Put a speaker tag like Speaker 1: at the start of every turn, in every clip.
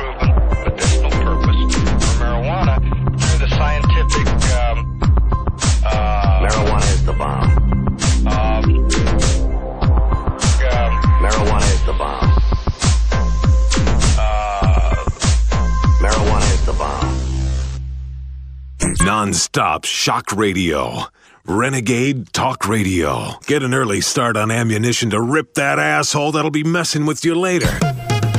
Speaker 1: um, uh, um,
Speaker 2: Non-stop shock radio. Renegade Talk Radio. Get an early start on ammunition to rip that asshole that'll be messing with you later.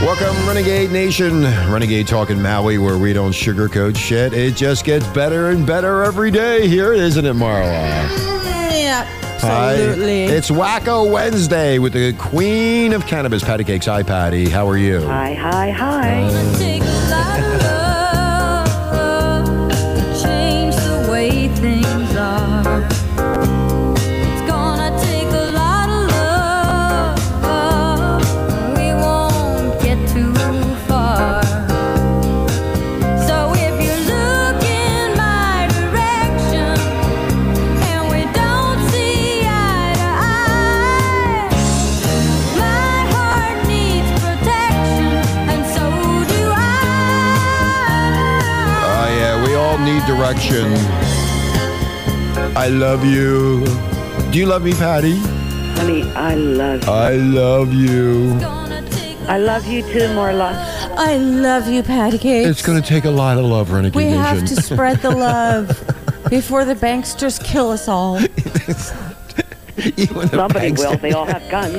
Speaker 3: Welcome, Renegade Nation. Renegade talking Maui, where we don't sugarcoat shit. It just gets better and better every day. Here it is, isn't it, Marla?
Speaker 4: Yeah,
Speaker 3: Hi.
Speaker 4: absolutely.
Speaker 3: It's Wacko Wednesday with the Queen of Cannabis, Patty Cakes. Hi, Patty. How are you?
Speaker 5: Hi, hi, hi.
Speaker 6: Take a lot of love to change the way things are. It's gonna take a lot of love. We won't get too far. So if you look in my direction and we don't see eye to eye, my heart needs protection, and so do I.
Speaker 3: Oh, yeah. We all need direction. I love you. Do you love me, Patty?
Speaker 5: Honey, I love you.
Speaker 3: I love you.
Speaker 6: Gonna take
Speaker 5: I love you too, Marla.
Speaker 4: I love you, Patty Cakes.
Speaker 3: It's going to take a lot of love, Renegade
Speaker 4: we
Speaker 3: Nation.
Speaker 4: have to spread the love before the banksters kill us all.
Speaker 3: You and the
Speaker 5: Somebody
Speaker 3: bankster.
Speaker 5: will. They all have guns.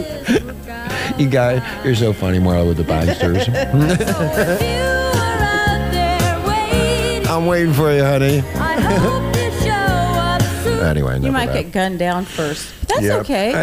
Speaker 3: You guy, you're so funny, Marla, with the banksters.
Speaker 6: If you are out there waiting,
Speaker 3: I'm waiting for you, honey.
Speaker 6: I hope you show up soon.
Speaker 3: Anyway,
Speaker 4: You
Speaker 3: never
Speaker 4: might
Speaker 3: mind.
Speaker 4: get gunned down first. But That's
Speaker 3: Yeah.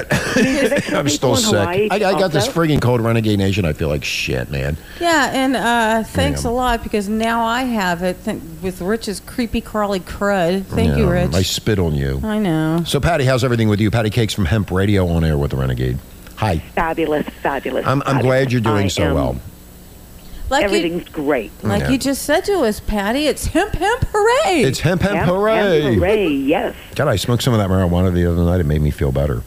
Speaker 4: okay.
Speaker 3: I'm still
Speaker 5: in
Speaker 3: sick. I,
Speaker 5: Hawaii
Speaker 3: I got this
Speaker 5: also?
Speaker 3: frigging cold, Renegade Nation. I feel like shit, man.
Speaker 4: yeah, and uh, thanks
Speaker 3: Damn.
Speaker 4: a lot because now I have it th- with Rich's creepy crawly crud. Thank
Speaker 3: Yeah,
Speaker 4: you, Rich.
Speaker 3: Um, I spit on you.
Speaker 4: I know.
Speaker 3: So, Patty, how's everything with you? Patty Cakes from Hemp Radio on air with the Renegade. Hi.
Speaker 5: Fabulous, fabulous.
Speaker 3: I'm, I'm
Speaker 5: fabulous.
Speaker 3: glad you're doing
Speaker 5: I
Speaker 3: so
Speaker 5: am-
Speaker 3: well.
Speaker 4: Like you,
Speaker 5: Everything's great.
Speaker 4: like
Speaker 3: Yeah.
Speaker 4: you just said to us, Patty, it's hemp, hemp, hooray!
Speaker 3: It's Hemp Hemp
Speaker 5: Yep, and
Speaker 3: Hooray.
Speaker 5: hooray, yes.
Speaker 3: God, I smoked some of that marijuana the other night. It made me feel better.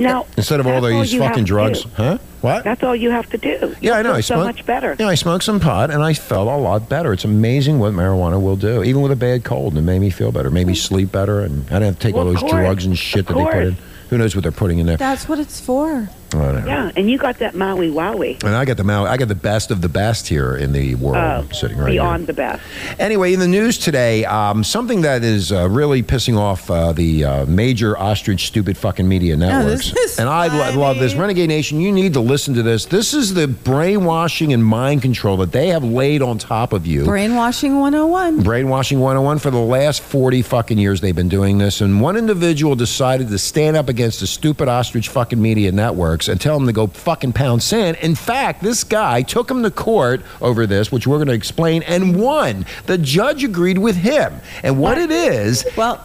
Speaker 5: Now,
Speaker 3: Instead of all
Speaker 5: that's
Speaker 3: these
Speaker 5: you have
Speaker 3: fucking
Speaker 5: to
Speaker 3: drugs.
Speaker 5: do.
Speaker 3: Huh? What?
Speaker 5: That's all you have to do.
Speaker 3: yeah, I know.
Speaker 5: You'll
Speaker 3: I
Speaker 5: feel
Speaker 3: smoked
Speaker 5: so much better.
Speaker 3: Yeah, I smoked some pot and I felt a lot better. It's amazing what marijuana will do, even with a bad cold. It made me feel better, made me sleep better, and I didn't have to take all
Speaker 5: Hmm. Well, of
Speaker 3: those
Speaker 5: course.
Speaker 3: drugs and shit that
Speaker 5: Of
Speaker 3: they put in.
Speaker 5: course.
Speaker 3: Who knows what they're putting in there?
Speaker 4: That's what it's for.
Speaker 3: I don't know.
Speaker 5: Yeah, and you got that Maui Wowie.
Speaker 3: And I got the Maui, I got the best of the best here in the world,
Speaker 5: Oh,
Speaker 4: Uh,
Speaker 3: sitting right
Speaker 5: beyond
Speaker 3: here.
Speaker 5: the best.
Speaker 3: Anyway, in the news today, um, something that is uh, really pissing off uh, the uh, major ostrich stupid fucking media networks.
Speaker 4: this is
Speaker 3: and I lo- love this.
Speaker 4: funny.
Speaker 3: Renegade Nation, you need to listen to this. This is the brainwashing and mind control that they have laid on top of you.
Speaker 4: Brainwashing 101.
Speaker 3: Brainwashing 101 for the last 40 fucking years they've been doing this. And one individual decided to stand up against the stupid ostrich fucking media networks and tell them to go fucking pound sand. In fact, this guy took him to court over this, which we're going to explain, and won. The judge agreed with him. And what it is,
Speaker 4: Well,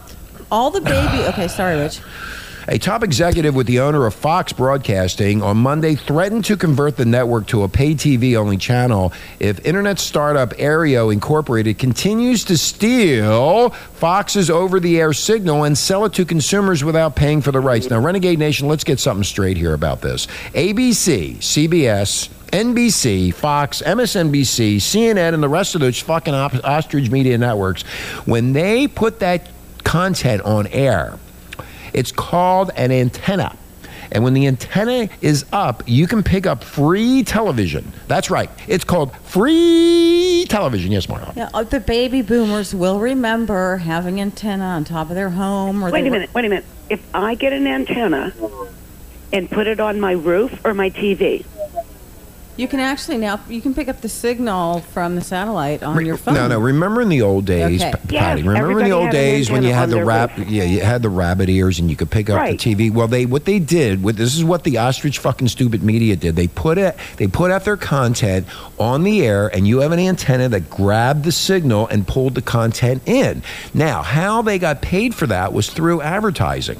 Speaker 4: all the baby. Okay, sorry, Rich.
Speaker 3: a top executive with the owner of Fox Broadcasting on Monday threatened to convert the network to a pay TV only channel if internet startup Aereo Incorporated continues to steal Fox's over the air signal and sell it to consumers without paying for the rights. Now, Renegade Nation, let's get something straight here about this. ABC, CBS, NBC, Fox, MSNBC, CNN, and the rest of those fucking op- ostrich media networks, when they put that content on air, it's called an antenna. And when the antenna is up, you can pick up free television. That's right. It's called free television. Yes, Marla.
Speaker 4: Yeah, uh, the baby boomers will remember having antenna on top of their home. Or
Speaker 5: Wait
Speaker 4: they
Speaker 5: a
Speaker 4: were-
Speaker 5: minute, wait a minute. If I get an antenna and put it on my roof or my TV,
Speaker 4: You can actually now you can pick up the signal from the satellite on your phone.
Speaker 3: No, no. Remember in the old days,
Speaker 4: Okay.
Speaker 3: P-
Speaker 5: Yes,
Speaker 3: Patty. Remember in
Speaker 5: everybody
Speaker 3: the old
Speaker 5: had an
Speaker 3: days when you
Speaker 5: antenna
Speaker 3: had
Speaker 5: on
Speaker 3: the
Speaker 5: their
Speaker 3: rap, yeah, you had the rabbit ears, and you could pick up
Speaker 5: Right.
Speaker 3: the TV. Well, they what they did with this is what the ostrich fucking stupid media did. They put it, they put out their content on the air, and you have an antenna that grabbed the signal and pulled the content in. Now, how they got paid for that was through advertising.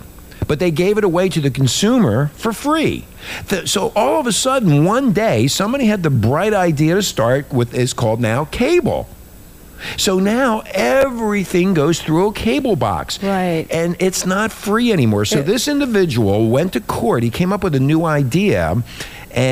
Speaker 3: but they gave it away to the consumer for free. Th- so all of a sudden, one day, somebody had the bright idea to start with is called now cable. So now everything goes through a cable box.
Speaker 4: Right.
Speaker 3: And it's not free anymore. So
Speaker 4: Yeah.
Speaker 3: this individual went to court. He came up with a new idea.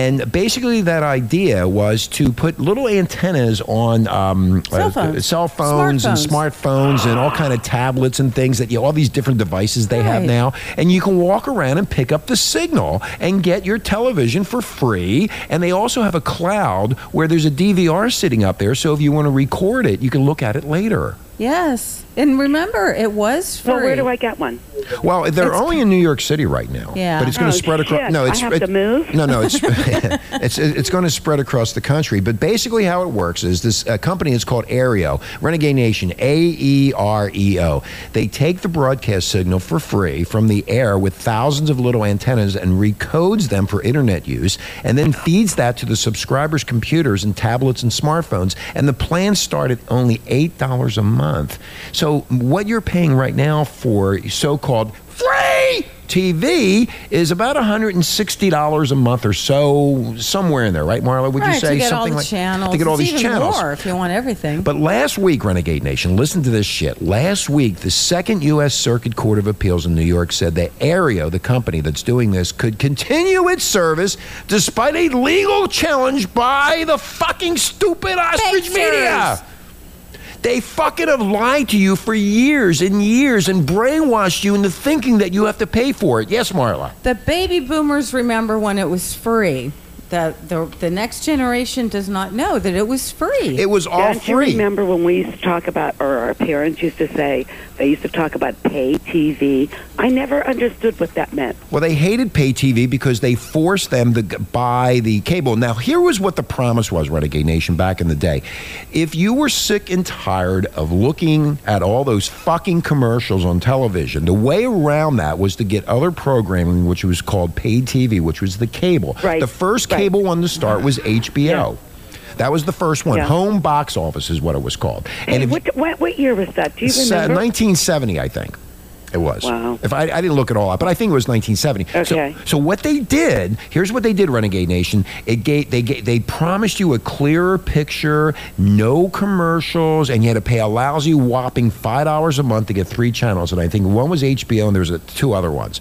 Speaker 3: And basically, that idea was to put little antennas on um,
Speaker 4: Cell phones.
Speaker 3: cell phones and
Speaker 4: Smartphones.
Speaker 3: smart smartphones and all kind of tablets and things that you all these different devices they have
Speaker 4: Right.
Speaker 3: now and you can walk around and pick up the signal and get your television for free and they also have a cloud where there's a DVR sitting up there so if you want to record it you can look at it later
Speaker 4: Yes. And remember, it was free.
Speaker 5: Well, where do I get one?
Speaker 3: Well, they're
Speaker 4: It's-
Speaker 3: only in New York City right now.
Speaker 4: Yeah.
Speaker 3: But it's going
Speaker 5: Oh,
Speaker 3: to spread across.
Speaker 5: shit.
Speaker 3: No, it's
Speaker 5: I have
Speaker 3: it-
Speaker 5: to move?
Speaker 3: No, no, it's it's it's going to spread across the country. But basically, how it works is this uh, company is called Aereo, Renegade Nation, A E R E O. They take the broadcast signal for free from the air with thousands of little antennas and recodes them for internet use, and then feeds that to the subscribers' computers and tablets and smartphones. And the plans start at only eight dollars a month. So what you're paying right now for so-called free TV is about $160 a month or so, somewhere in there, right, Marla? Would
Speaker 4: right,
Speaker 3: you say
Speaker 4: to get
Speaker 3: something
Speaker 4: all the
Speaker 3: like
Speaker 4: channels.
Speaker 3: To get all
Speaker 4: It's
Speaker 3: these
Speaker 4: even
Speaker 3: channels.
Speaker 4: more if you want everything.
Speaker 3: But last week, Renegade Nation, listen to this shit. Last week, the second U.S. Circuit Court of Appeals in New York said that Aereo, the company that's doing this, could continue its service despite a legal challenge by the fucking stupid ostrich
Speaker 4: Fakers.
Speaker 3: media. They fucking have lied to you for years and years and brainwashed you into thinking that you have to pay for it. Yes, Marla.
Speaker 4: the baby boomers remember when it was free. The, the, the next generation does not know that it was free.
Speaker 3: It was all
Speaker 5: Don't you
Speaker 3: free.
Speaker 5: remember when we used to talk about, or our parents used to say, they used to talk about pay TV? I never understood what that meant.
Speaker 3: Well, they hated pay TV because they forced them to g- buy the cable. Now, here was what the promise was, Renegade Nation, back in the day. If you were sick and tired of looking at all those fucking commercials on television, the way around that was to get other programming, which was called pay TV, which was the cable.
Speaker 5: Right,
Speaker 3: The first
Speaker 5: right.
Speaker 3: cable one to start was HBO. That was the first one.
Speaker 5: Yeah.
Speaker 3: Home box office is what it was called.
Speaker 5: Hey,
Speaker 3: if you-
Speaker 5: what, what, what year was that? Do you
Speaker 3: Se-
Speaker 5: remember?
Speaker 3: 1970, I think. It was.
Speaker 5: Wow.
Speaker 3: If I, I didn't look it all up, but I think it was 1970.
Speaker 5: Okay.
Speaker 3: So, so what they did, here's what they did, Renegade Nation. It gave they gave, they promised you a clearer picture, no commercials, and you had to pay a lousy whopping five dollars a month to get three channels. And I think one was HBO, and there was a, two other ones.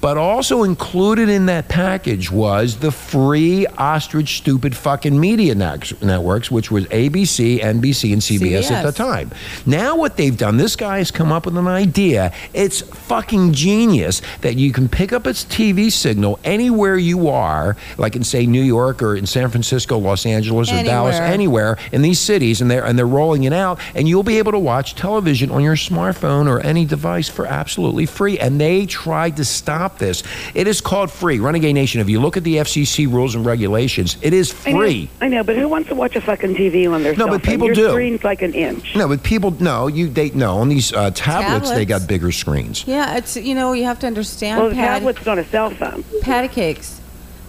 Speaker 3: But also included in that package was the free ostrich stupid fucking media nex- networks, which was ABC, NBC, and CBS, at the
Speaker 4: CBS.
Speaker 3: time. Now what they've done, this guy has come up with an idea. It's fucking genius that you can pick up its TV signal anywhere you are, like in say New York or in San Francisco, Los Angeles or Dallas,
Speaker 4: Anywhere.
Speaker 3: anywhere in these cities, and they're and they're rolling it out, and you'll be able to watch television on your smartphone or any device for absolutely free. And they tried to stop this. It is called free. Renegade Nation, if you look at the FCC rules and regulations, it is
Speaker 5: I know-
Speaker 3: free.
Speaker 5: I know, but who wants to watch a fucking TV on their
Speaker 3: No,
Speaker 5: cell
Speaker 3: but
Speaker 5: phone?
Speaker 3: people
Speaker 5: Your
Speaker 3: do.
Speaker 5: screen's like an inch.
Speaker 3: No, but people no, you they no on these uh, tablets, they
Speaker 4: Tablets.
Speaker 3: got bigger screens.
Speaker 4: yeah, it's you know you have to understand.
Speaker 5: Well, the
Speaker 4: Patty.
Speaker 5: tablet's not a cell phone.
Speaker 4: patty cakes.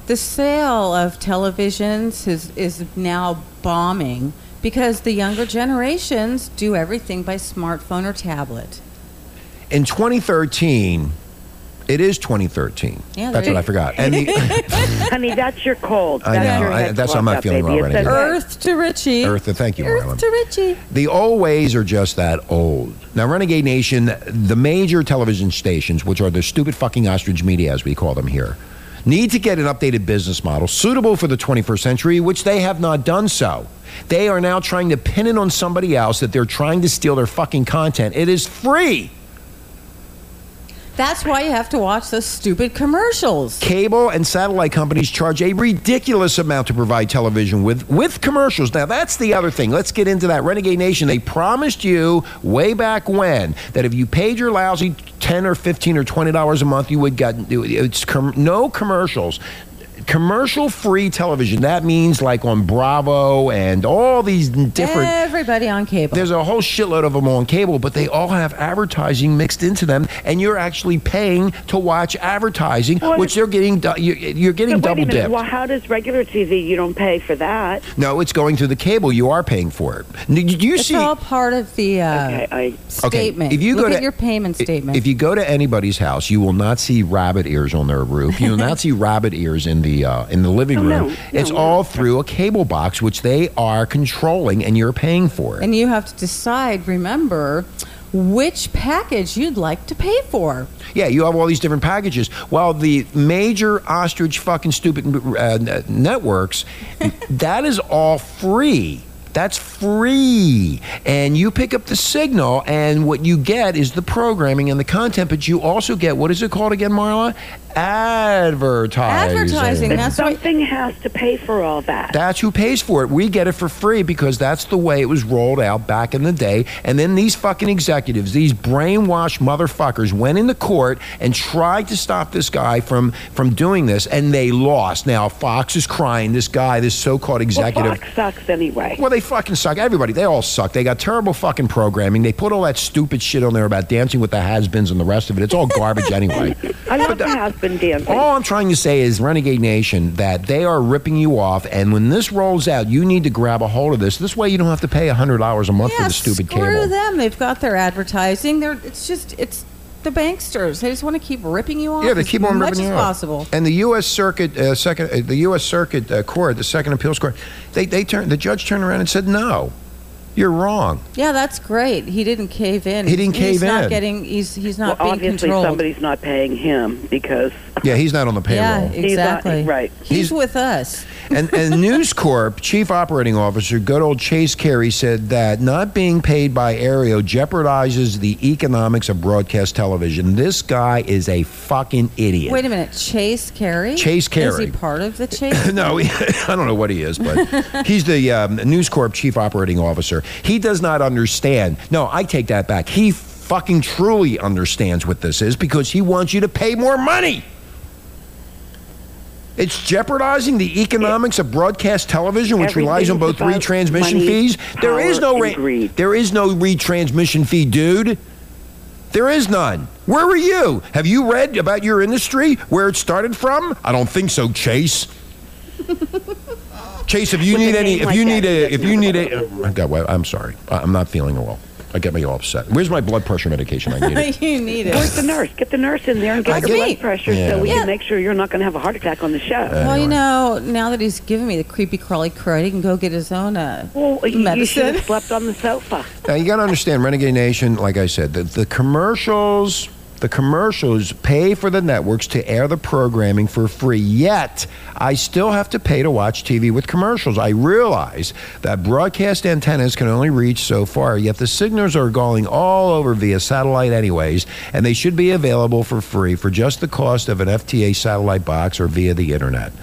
Speaker 4: The sale of televisions is, is now bombing because the younger generations do everything by smartphone or tablet.
Speaker 3: In 2013, it is 2013.
Speaker 4: Yeah,
Speaker 3: that's
Speaker 4: Oh, there
Speaker 3: what I
Speaker 4: you-
Speaker 3: forgot. And the
Speaker 5: Honey, that's your cold.
Speaker 3: I
Speaker 5: That's
Speaker 3: know.
Speaker 5: your
Speaker 3: I-
Speaker 5: head
Speaker 3: that's how I'm
Speaker 5: cold
Speaker 3: not
Speaker 5: up,
Speaker 3: feeling
Speaker 5: baby.
Speaker 3: well
Speaker 5: It's
Speaker 3: right now.
Speaker 5: okay.
Speaker 4: Earth to Richie.
Speaker 3: Eartha, thank you,
Speaker 4: Earth
Speaker 3: Marlon.
Speaker 4: to Richie.
Speaker 3: the old ways are just that old. Now, Renegade Nation, the major television stations, which are the stupid fucking ostrich media as we call them here, need to get an updated business model suitable for the 21st century, which they have not done so. They are now trying to pin it on somebody else that they're trying to steal their fucking content. It is free.
Speaker 4: That's why you have to watch those stupid commercials.
Speaker 3: Cable and satellite companies charge a ridiculous amount to provide television with with commercials. Now that's the other thing. Let's get into that. Renegade Nation, they promised you way back when that if you paid your lousy 10 or 15 or 20 dollars a month, you would get it's com- no commercials. Commercial free television. That means like on Bravo and all these different
Speaker 4: Everybody on cable.
Speaker 3: there's a whole shitload of them on cable, but they all have advertising mixed into them, and you're actually paying to watch advertising,
Speaker 5: Well,
Speaker 3: which they're getting. du- You're, you're
Speaker 5: So
Speaker 3: getting
Speaker 5: wait a
Speaker 3: double
Speaker 5: minute.
Speaker 3: dipped.
Speaker 5: Well, how does regular TV? You don't pay for that.
Speaker 3: No, it's going through the cable. You are paying for it. N- Did you
Speaker 4: it's
Speaker 3: see?
Speaker 4: all part of the uh,
Speaker 5: okay, I.
Speaker 4: statement.
Speaker 3: If you
Speaker 4: Look
Speaker 3: go
Speaker 4: at
Speaker 3: to-
Speaker 4: your payment statement.
Speaker 3: If you go to anybody's house, you will not see rabbit ears on their roof. You will not see rabbit ears in the uh, in the living
Speaker 5: Oh, no.
Speaker 3: room.
Speaker 5: No,
Speaker 3: it's
Speaker 5: no.
Speaker 3: all through a cable box, which they are controlling, and you're paying for it.
Speaker 4: and you have to decide, remember, which package you'd like to pay for.
Speaker 3: Yeah, you have all these different packages. While the major ostrich fucking stupid uh, n- networks, that is all free. That's free. And you pick up the signal, and what you get is the programming and the content, but you also get what is it called again, Marla? advertising.
Speaker 4: Advertising.
Speaker 5: But
Speaker 4: That's right.
Speaker 5: something has to pay for all that.
Speaker 3: That's who pays for it. We get it for free because that's the way it was rolled out back in the day. And then these fucking executives, these brainwashed motherfuckers, went into court and tried to stop this guy from from doing this, and they lost. Now Fox is crying. This guy, this so-called executive.
Speaker 5: Well, Fox sucks anyway.
Speaker 3: Well, they fucking suck. Everybody, they all suck. They got terrible fucking programming. They put all that stupid shit on there about dancing with the has-beens and the rest of it. It's all garbage anyway.
Speaker 5: I love my husband dancing.
Speaker 3: All I'm trying to say is, Renegade Nation, that they are ripping you off. And when this rolls out, you need to grab a hold of this. This way, you don't have to pay $100 a month for
Speaker 4: yeah,
Speaker 3: the stupid
Speaker 4: screw
Speaker 3: cable.
Speaker 4: them. They've got their advertising. They're it's just it's the banksters. They just want to keep ripping you off.
Speaker 3: Yeah, they
Speaker 4: as
Speaker 3: keep on
Speaker 4: much
Speaker 3: ripping
Speaker 4: as
Speaker 3: you off.
Speaker 4: possible.
Speaker 3: And the U.S. Circuit, uh, second, uh, the U.S. Circuit uh, Court, the Second Appeals Court, they, they turned, the judge turned around and said, no, you're wrong.
Speaker 4: Yeah, that's great. He didn't cave in.
Speaker 3: He didn't
Speaker 4: he's
Speaker 3: cave
Speaker 4: Not
Speaker 3: in.
Speaker 4: getting, he's he's
Speaker 5: well,
Speaker 4: not being
Speaker 5: obviously
Speaker 4: controlled.
Speaker 5: somebody's not paying him because
Speaker 3: Yeah, he's not on the payroll.
Speaker 4: yeah,
Speaker 5: he's not-
Speaker 4: exactly.
Speaker 5: right.
Speaker 4: He's,
Speaker 3: He's-
Speaker 4: with us.
Speaker 3: And, and News Corp chief operating officer, good old Chase Carey, said that not being paid by Aereo jeopardizes the economics of broadcast television. This guy is a fucking idiot.
Speaker 4: Wait a minute, Chase Carey.
Speaker 3: Chase
Speaker 4: Is
Speaker 3: Carey.
Speaker 4: he part of the Chase?
Speaker 3: no, he- I don't know what he is, but he's the um, News Corp chief operating officer. He does not understand. No, I take that back. He fucking truly understands what this is because he wants you to pay more money. It's jeopardizing the economics of broadcast television, which relies on both
Speaker 5: Everything's about
Speaker 3: retransmission
Speaker 5: money,
Speaker 3: fees. There is
Speaker 5: power,
Speaker 3: no
Speaker 5: and greed.
Speaker 3: there is no retransmission fee, dude. There is none. Where were you? Have you read about your industry? Where it started from? I don't think so, Chase. Chase, if you
Speaker 5: With a
Speaker 3: need any,
Speaker 5: name
Speaker 3: if
Speaker 5: like
Speaker 3: you
Speaker 5: that,
Speaker 3: need a,
Speaker 5: it
Speaker 3: if you need a, I got. well, I'm sorry. I- I'm not feeling well. I get me all upset. Where's my blood pressure medication? I need it.
Speaker 4: you need it.
Speaker 5: Where's the nurse? Get the nurse in there and
Speaker 4: I
Speaker 5: get
Speaker 4: get-
Speaker 5: your blood pressure
Speaker 3: Yeah.
Speaker 5: so we
Speaker 4: Yeah.
Speaker 5: can make sure you're not going to have a heart attack on the show.
Speaker 4: Well, you know, now that he's giving me the creepy crawly crud, he can go get his own uh,
Speaker 5: well, you, you should
Speaker 4: medicine.
Speaker 5: have slept on the sofa.
Speaker 3: Now you got to understand, Renegade Nation. Like I said, the, the commercials, the commercials pay for the networks to air the programming for free. Yet I still have to pay to watch TV with commercials. I realize that broadcast antennas can only reach so far. Yet the signals are going all over via satellite, anyways, and they should be available for free for just the cost of an FTA satellite box or via the internet.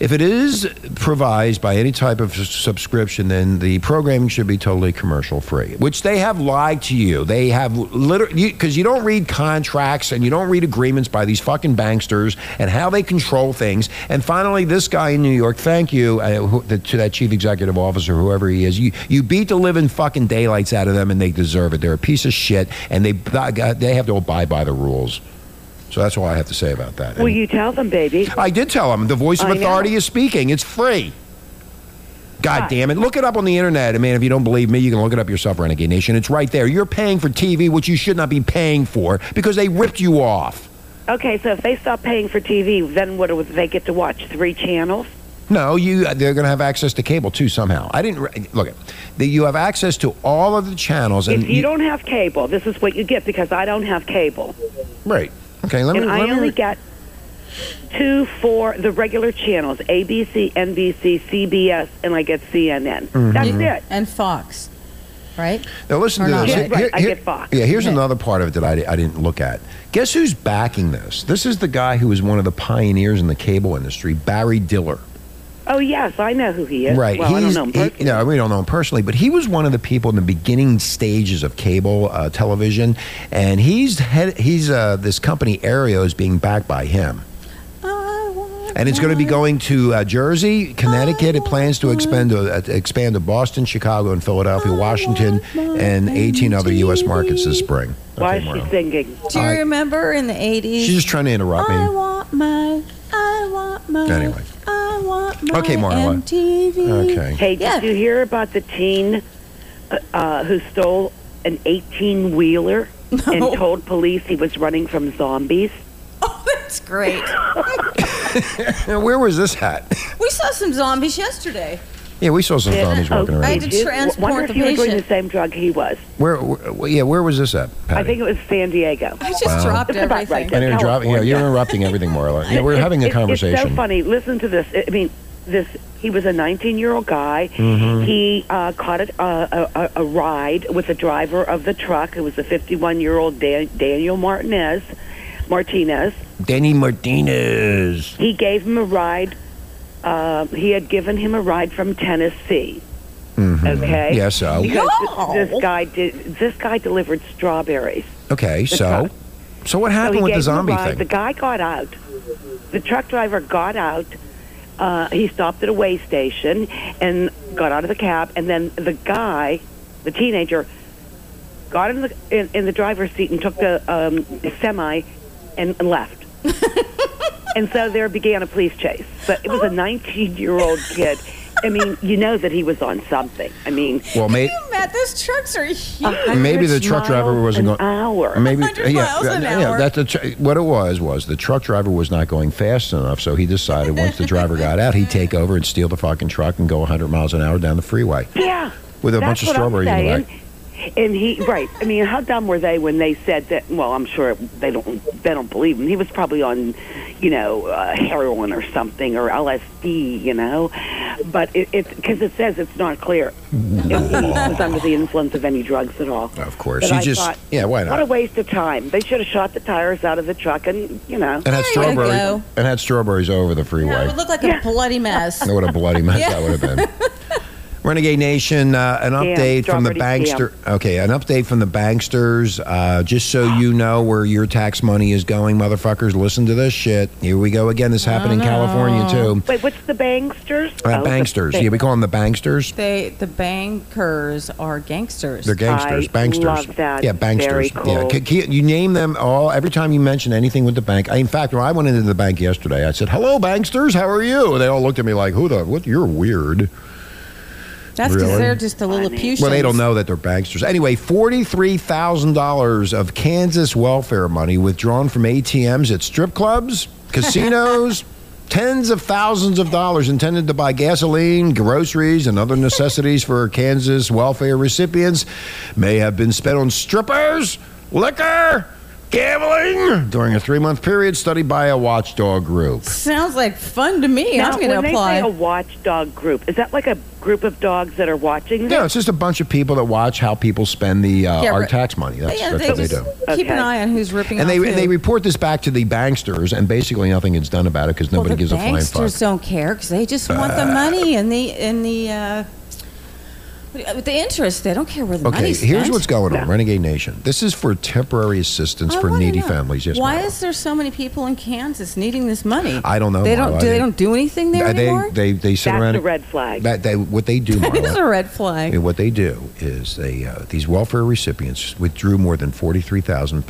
Speaker 3: If it is provised by any type of s- subscription, then the programming should be totally commercial free, which they have lied to you. They have literally, because you, don't read contracts and you don't read agreements by these fucking banksters and how they control things. And finally, this guy in New York, thank you uh, who, the, to that chief executive officer, whoever he is, you, you beat the living fucking daylights out of them and they deserve it. They're a piece of shit and they, they have to abide by the rules. So that's all I have to say about that.
Speaker 5: Well,
Speaker 3: And-
Speaker 5: you tell them, baby.
Speaker 3: I did tell him the voice of
Speaker 5: I know.
Speaker 3: authority is speaking. It's free. God
Speaker 5: Right.
Speaker 3: damn it. Look it up on the internet. I mean, if you don't believe me, you can look it up yourself, Renegade Nation. It's right there. You're paying for TV, which you should not be paying for because they ripped you off.
Speaker 5: Okay, so if they stop paying for TV, then what do they get to watch? Three channels?
Speaker 3: No, you uh, they're going to have access to cable too somehow. I didn't re- look it. The, you have access to all of the channels and
Speaker 5: If you don't have cable, this is what you get because I don't have cable.
Speaker 3: right. Okay, let me
Speaker 5: and I
Speaker 3: let me
Speaker 5: only
Speaker 3: re-
Speaker 5: got two for the regular channels ABC, NBC, CBS, and I get CNN.
Speaker 3: Mm-hmm.
Speaker 5: That's it.
Speaker 4: and Fox, right?
Speaker 3: Now listen
Speaker 4: Or
Speaker 3: to
Speaker 4: not.
Speaker 3: this.
Speaker 4: Yeah,
Speaker 5: right. I get Fox.
Speaker 3: Yeah, here's
Speaker 4: Okay.
Speaker 3: another part of it that I, I didn't look at. Guess who's backing this? This is the guy who was one of the pioneers in the cable industry, Barry Diller.
Speaker 5: Oh, yes, I know who he is.
Speaker 3: Right.
Speaker 5: Well, I don't
Speaker 3: He's-
Speaker 5: know him
Speaker 3: he-
Speaker 5: personally.
Speaker 3: no, we don't know him personally, but he was one of the people in the beginning stages of cable uh, television, and he's head, he's uh, this company Aereo is being backed by him,
Speaker 4: I want
Speaker 3: and it's going to be
Speaker 4: one.
Speaker 3: going to uh, Jersey, Connecticut. It plans to expand
Speaker 5: Oh.
Speaker 3: to uh, expand to Boston, Chicago, and Philadelphia, Washington, and 18 other U.S. markets this spring. Okay,
Speaker 5: Why is
Speaker 3: Marlo.
Speaker 5: she singing?
Speaker 4: Do you
Speaker 3: I-
Speaker 4: remember in the eighties?
Speaker 3: She's just trying to interrupt
Speaker 4: I
Speaker 3: me.
Speaker 4: want my, I want my,
Speaker 3: Anyway.
Speaker 4: I want my
Speaker 3: Okay, Marla.
Speaker 4: MTV.
Speaker 3: Okay.
Speaker 5: Hey,
Speaker 4: Yeah.
Speaker 5: did you hear about the teen uh, uh, who stole an 18 wheeler and told police he was running from zombies?
Speaker 4: Oh, that's great.
Speaker 3: Now, where was this hat?
Speaker 4: we saw some zombies yesterday.
Speaker 3: yeah, we saw some zombies walking
Speaker 5: Oh,
Speaker 3: around.
Speaker 4: I did
Speaker 5: did you?
Speaker 4: transport
Speaker 5: Wonder if
Speaker 4: the
Speaker 5: you were doing
Speaker 4: patient.
Speaker 5: the same drug he was.
Speaker 3: Where, where? Yeah, where was this at? Patty?
Speaker 5: I think it was San Diego.
Speaker 4: I just dropped
Speaker 5: It's about right
Speaker 4: everything.
Speaker 3: And you're dropping. Yeah, you're
Speaker 5: California.
Speaker 3: interrupting everything, Marla. Yeah, we're
Speaker 5: It's-
Speaker 3: having a
Speaker 5: it's- It's so
Speaker 3: conversation.
Speaker 5: funny. Listen to this. I mean, this. He was a 19-year-old guy.
Speaker 3: Mm-hmm.
Speaker 5: He uh, caught a, a, a, a ride with the driver of the truck. It was a 51-year-old Dan- Daniel Martinez. Martinez.
Speaker 3: Denny Martinez.
Speaker 5: He gave him a ride. Uh, he had given him a ride from Tennessee. Okay.
Speaker 3: Mm-hmm. Yeah, so.
Speaker 5: Because th- this guy did. This guy delivered strawberries.
Speaker 3: Okay,
Speaker 5: The
Speaker 3: so.
Speaker 5: truck.
Speaker 3: So what
Speaker 5: So
Speaker 3: happened
Speaker 5: he
Speaker 3: with the
Speaker 5: gave him a
Speaker 3: zombie
Speaker 5: ride.
Speaker 3: thing?
Speaker 5: The guy got out. The truck driver got out. Uh, he stopped at a way station and got out of the cab. And then the guy, the teenager, got in the in, in the driver's seat and took the um, semi and, and left. and so there began a police chase. But it was a 19 year old kid. I mean, you know that he was on something. I mean,
Speaker 3: well, may,
Speaker 4: You, Matt, those trucks are
Speaker 3: Oh,
Speaker 4: huge.
Speaker 3: Maybe the
Speaker 5: 100
Speaker 3: truck driver
Speaker 5: miles
Speaker 3: wasn't
Speaker 5: an
Speaker 3: go-
Speaker 5: hour.
Speaker 3: maybe
Speaker 4: 100
Speaker 3: yeah,
Speaker 4: miles an
Speaker 3: yeah,
Speaker 4: hour.
Speaker 3: That's the tr- what it was was the truck driver was not going fast enough, so he decided once the driver got out, he'd take over and steal the fucking truck and go 100 miles an hour down the freeway
Speaker 5: Yeah.
Speaker 3: with a
Speaker 5: That's
Speaker 3: bunch of
Speaker 5: what I'm
Speaker 3: strawberries in the back.
Speaker 5: saying. And he, right? I mean, how dumb were they when they said that? Well, I'm sure they don't. They don't believe him. He was probably on, you know, uh, heroin or something or LSD, you know. But it because it, says it's not clear if he was under the influence of any drugs at all.
Speaker 3: Of course,
Speaker 5: But
Speaker 3: he
Speaker 5: I
Speaker 3: just
Speaker 5: thought,
Speaker 3: yeah, why
Speaker 5: What a
Speaker 3: not?
Speaker 5: waste of time! They should have shot the tires out of the truck, and you know.
Speaker 3: And had
Speaker 4: There you
Speaker 3: strawberry
Speaker 4: go.
Speaker 3: and had strawberries over the
Speaker 4: Yeah, it
Speaker 3: freeway.
Speaker 4: would look like a bloody mess.
Speaker 3: What a bloody mess that would have been. Renegade Nation, uh, an update from the
Speaker 5: strawberry jam.
Speaker 3: bankster. Okay, an update from the banksters. Uh, just so you know where your tax money is going, motherfuckers. Listen to this shit. Here we go again. This happened in California too.
Speaker 5: Wait, what's the banksters?
Speaker 3: Uh,
Speaker 5: Oh, the
Speaker 3: banksters. Yeah, we call them the banksters.
Speaker 4: They, the bankers are gangsters.
Speaker 3: They're gangsters.
Speaker 5: I
Speaker 3: banksters.
Speaker 5: love that.
Speaker 3: Yeah, banksters.
Speaker 5: Very
Speaker 3: Yeah,
Speaker 5: cool.
Speaker 3: K- K- you name them all every time you mention anything with the bank. I, in fact, when I went into the bank yesterday, I said, "Hello, banksters. How are you?" And they all looked at me like, "Who the? What? You're weird."
Speaker 4: That's because
Speaker 3: Really?
Speaker 4: they're just a little
Speaker 3: Well, they don't know that they're banksters. Anyway, forty-three thousand dollars of Kansas welfare money withdrawn from ATMs at strip clubs, casinos. Tens of thousands of dollars intended to buy gasoline, groceries, and other necessities for Kansas welfare recipients may have been spent on strippers, liquor, gambling during a three month period studied by a watchdog group.
Speaker 4: Sounds like fun to me.
Speaker 5: Now,
Speaker 4: I'm going
Speaker 5: when
Speaker 4: to apply.
Speaker 5: they say a watchdog group, is that like a group of dogs that are watching?
Speaker 3: No,
Speaker 5: them?
Speaker 3: it's just a bunch of people that watch how people spend the uh,
Speaker 4: Yeah,
Speaker 3: our
Speaker 4: right.
Speaker 3: tax money. That's,
Speaker 4: yeah,
Speaker 3: that's
Speaker 4: they
Speaker 3: what
Speaker 4: just
Speaker 3: they do.
Speaker 5: do.
Speaker 4: keep an
Speaker 5: Okay.
Speaker 4: eye on who's ripping
Speaker 3: and they
Speaker 4: off who.
Speaker 3: and they report this back to the banksters, and basically nothing gets done about it because nobody
Speaker 4: well, the
Speaker 3: gives a flying fuck. Uh,
Speaker 4: banksters don't care because they just want the money and the and the uh, with the interest. They don't care where the
Speaker 3: Okay,
Speaker 4: money's
Speaker 3: here's
Speaker 4: spent.
Speaker 3: what's going on,
Speaker 5: Yeah.
Speaker 3: Renegade Nation. This is for temporary assistance
Speaker 4: I
Speaker 3: for
Speaker 4: wanna
Speaker 3: needy
Speaker 4: know,
Speaker 3: families. Yes,
Speaker 4: Why
Speaker 3: ma'am.
Speaker 4: is there so many people in Kansas needing this money?
Speaker 3: I don't know,
Speaker 4: They
Speaker 3: Marlo.
Speaker 4: don't.
Speaker 3: I
Speaker 4: Do, they
Speaker 3: didn't-
Speaker 4: don't do anything there
Speaker 3: Uh,
Speaker 4: anymore.
Speaker 3: they, they they sit
Speaker 5: That's
Speaker 3: around.
Speaker 5: a red flag.
Speaker 3: that they, what they do,
Speaker 4: that is a
Speaker 3: Marla,
Speaker 4: red flag.
Speaker 3: and what they do is they uh, these welfare recipients withdrew more than forty three thousand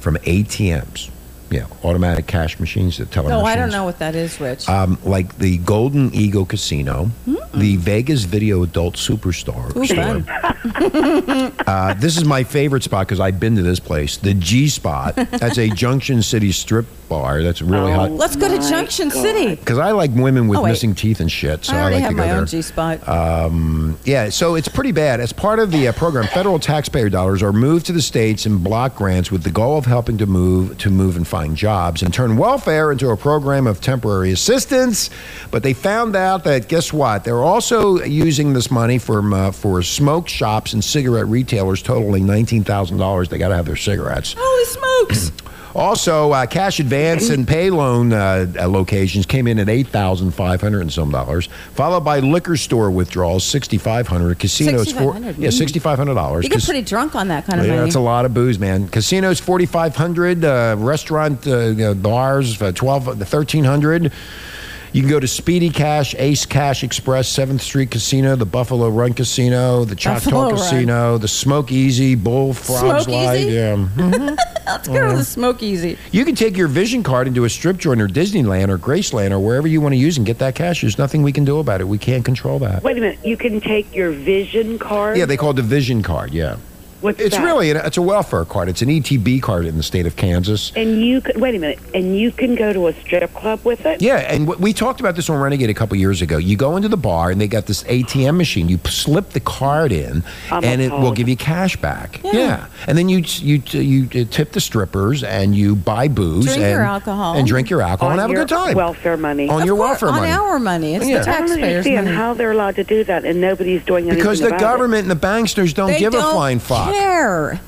Speaker 3: from ATMs, yeah, automatic cash machines that tell them.
Speaker 4: No, Oh, I
Speaker 3: machines.
Speaker 4: don't know what that is, Rich.
Speaker 3: um, like the Golden Eagle Casino,
Speaker 4: Hmm.
Speaker 3: the Vegas Video Adult Superstar.
Speaker 4: Ooh,
Speaker 3: store. uh, this is my favorite spot because I've been to this place. The G Spot. That's a Junction City strip bar. That's really hot. 'Cause hot.
Speaker 4: Let's go to
Speaker 5: My
Speaker 4: Junction
Speaker 5: God.
Speaker 4: City.
Speaker 3: Because I like women with
Speaker 4: Oh, wait.
Speaker 3: missing teeth and shit, so
Speaker 4: I
Speaker 3: I,
Speaker 4: already
Speaker 3: like
Speaker 4: have
Speaker 3: to go
Speaker 4: my
Speaker 3: there.
Speaker 4: own G spot.
Speaker 3: Um, yeah, so it's pretty bad. As part of the uh, program, federal taxpayer dollars are moved to the states in block grants with the goal of helping to move to move and find jobs and turn welfare into a program of temporary assistance. But they found out that guess what? They're also using this money for uh, for smoke shops and cigarette retailers totaling nineteen thousand dollars. They got to have their cigarettes.
Speaker 4: Holy smokes!
Speaker 3: Also, uh, cash advance and pay loan uh, uh, locations came in at eight thousand five hundred and some dollars, followed by liquor store withdrawals sixty five hundred, casinos four,
Speaker 4: $6,500,
Speaker 3: yeah
Speaker 4: mm.
Speaker 3: sixty five hundred dollars.
Speaker 4: You get pretty drunk on that kind of
Speaker 3: yeah,
Speaker 4: money.
Speaker 3: that's a lot of booze, man. Casinos forty five hundred, uh, restaurant uh, you know, bars uh, twelve thirteen hundred. You can go to Speedy Cash, Ace Cash Express, Seventh Street Casino, the Buffalo Run Casino, the Choctaw
Speaker 4: Buffalo Run.
Speaker 3: Casino, the Smoke Easy, Bull Frogs
Speaker 4: Smoke
Speaker 3: Live.
Speaker 4: Easy?
Speaker 3: Yeah.
Speaker 4: Let's go to the Smoke Easy.
Speaker 3: You can take your vision card into a strip joint or Disneyland or Graceland or wherever you want to use and get that cash. There's nothing we can do about it. We can't control that.
Speaker 5: Wait a minute. You can take your vision card.
Speaker 3: Yeah, they call it the vision card. Yeah,
Speaker 5: What's
Speaker 3: it's
Speaker 5: that?
Speaker 3: really it's a welfare card. It's an ETB card in the state of Kansas.
Speaker 5: And you could wait a minute. And you can go to a strip club with it.
Speaker 3: Yeah, and w- we talked about this on Renegade a couple years ago. You go into the bar and they got this ATM machine. You p- slip the card in,
Speaker 5: I'm
Speaker 3: and it will
Speaker 5: appalled. give
Speaker 3: give you cash back. Yeah, and then you t- you t- you t- tip the strippers and you buy booze
Speaker 4: Drink
Speaker 3: and
Speaker 4: your alcohol.
Speaker 3: and drink your alcohol and have
Speaker 5: your
Speaker 3: a good time
Speaker 5: Welfare money.
Speaker 3: on
Speaker 4: Of
Speaker 3: your
Speaker 4: course,
Speaker 3: welfare
Speaker 4: on
Speaker 3: money.
Speaker 4: our money. It's
Speaker 3: Yeah.
Speaker 4: the
Speaker 5: I don't
Speaker 4: taxpayers'
Speaker 5: understand
Speaker 4: money.
Speaker 5: how they're allowed to do that, and nobody's doing anything
Speaker 3: Because the
Speaker 5: about it.
Speaker 3: government and the banksters don't
Speaker 4: they
Speaker 3: give
Speaker 4: don't
Speaker 3: a flying fuck.
Speaker 4: care.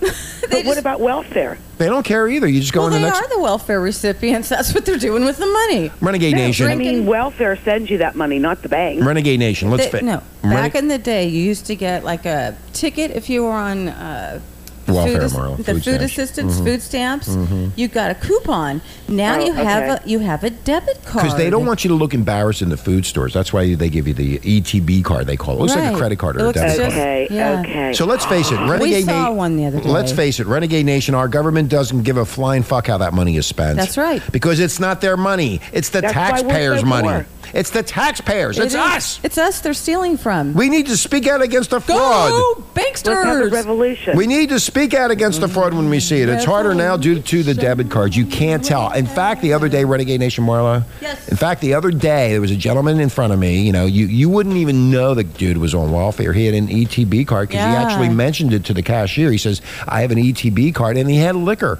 Speaker 5: But what about welfare?
Speaker 3: They don't care either. You just go
Speaker 4: well,
Speaker 3: in
Speaker 4: they
Speaker 3: the next
Speaker 4: are the welfare recipients. That's what they're doing with the money.
Speaker 3: Renegade
Speaker 5: No,
Speaker 3: Nation.
Speaker 5: I mean,
Speaker 4: Drinking-
Speaker 5: welfare sends you that money, not the bank.
Speaker 3: Renegade Nation. Let's
Speaker 4: They-
Speaker 3: fit.
Speaker 4: no, back in the day, you used to get like a ticket if you were on uh,
Speaker 3: Welfare,
Speaker 4: food as-
Speaker 3: Marla,
Speaker 4: the
Speaker 3: food
Speaker 4: food,
Speaker 3: stamps. Mm-hmm.
Speaker 4: assistance, food stamps. You got a coupon. Now
Speaker 5: Oh,
Speaker 4: you have
Speaker 5: okay.
Speaker 4: a you have a debit card
Speaker 3: because they don't want you to look embarrassed in the food stores. That's why they give you the ETB card. They call it. It looks like a
Speaker 4: Right.
Speaker 3: credit card
Speaker 4: It
Speaker 3: or a
Speaker 4: looks
Speaker 3: debit
Speaker 4: just-
Speaker 3: card.
Speaker 5: Okay,
Speaker 4: Yeah.
Speaker 5: okay.
Speaker 3: So let's face it,
Speaker 4: We
Speaker 3: Renegade
Speaker 4: saw
Speaker 3: Nation.
Speaker 4: one the other day.
Speaker 3: Let's face it, Renegade Nation, our government doesn't give a flying fuck how that money is spent.
Speaker 4: That's right.
Speaker 3: Because it's not their money. It's the
Speaker 5: That's why we're so
Speaker 3: taxpayers' money.
Speaker 5: poor.
Speaker 3: It's the taxpayers.
Speaker 4: It
Speaker 3: it's
Speaker 4: is-
Speaker 3: us.
Speaker 4: It's us. They're stealing from.
Speaker 3: We need to speak out against the fraud.
Speaker 4: Go
Speaker 5: Let's have a
Speaker 4: banksters.
Speaker 5: revolution.
Speaker 3: We need to speak out against the fraud when we see it. It's harder now due to the debit cards. You can't tell. In fact, the other day, Renegade Nation Marla.
Speaker 4: Yes.
Speaker 3: In fact, the other day, there was a gentleman in front of me. You know, you, you wouldn't even know the dude was on welfare. He had an ETB card because he
Speaker 4: Yeah.
Speaker 3: actually mentioned it to the cashier. He says, I have an ETB card, and he had liquor.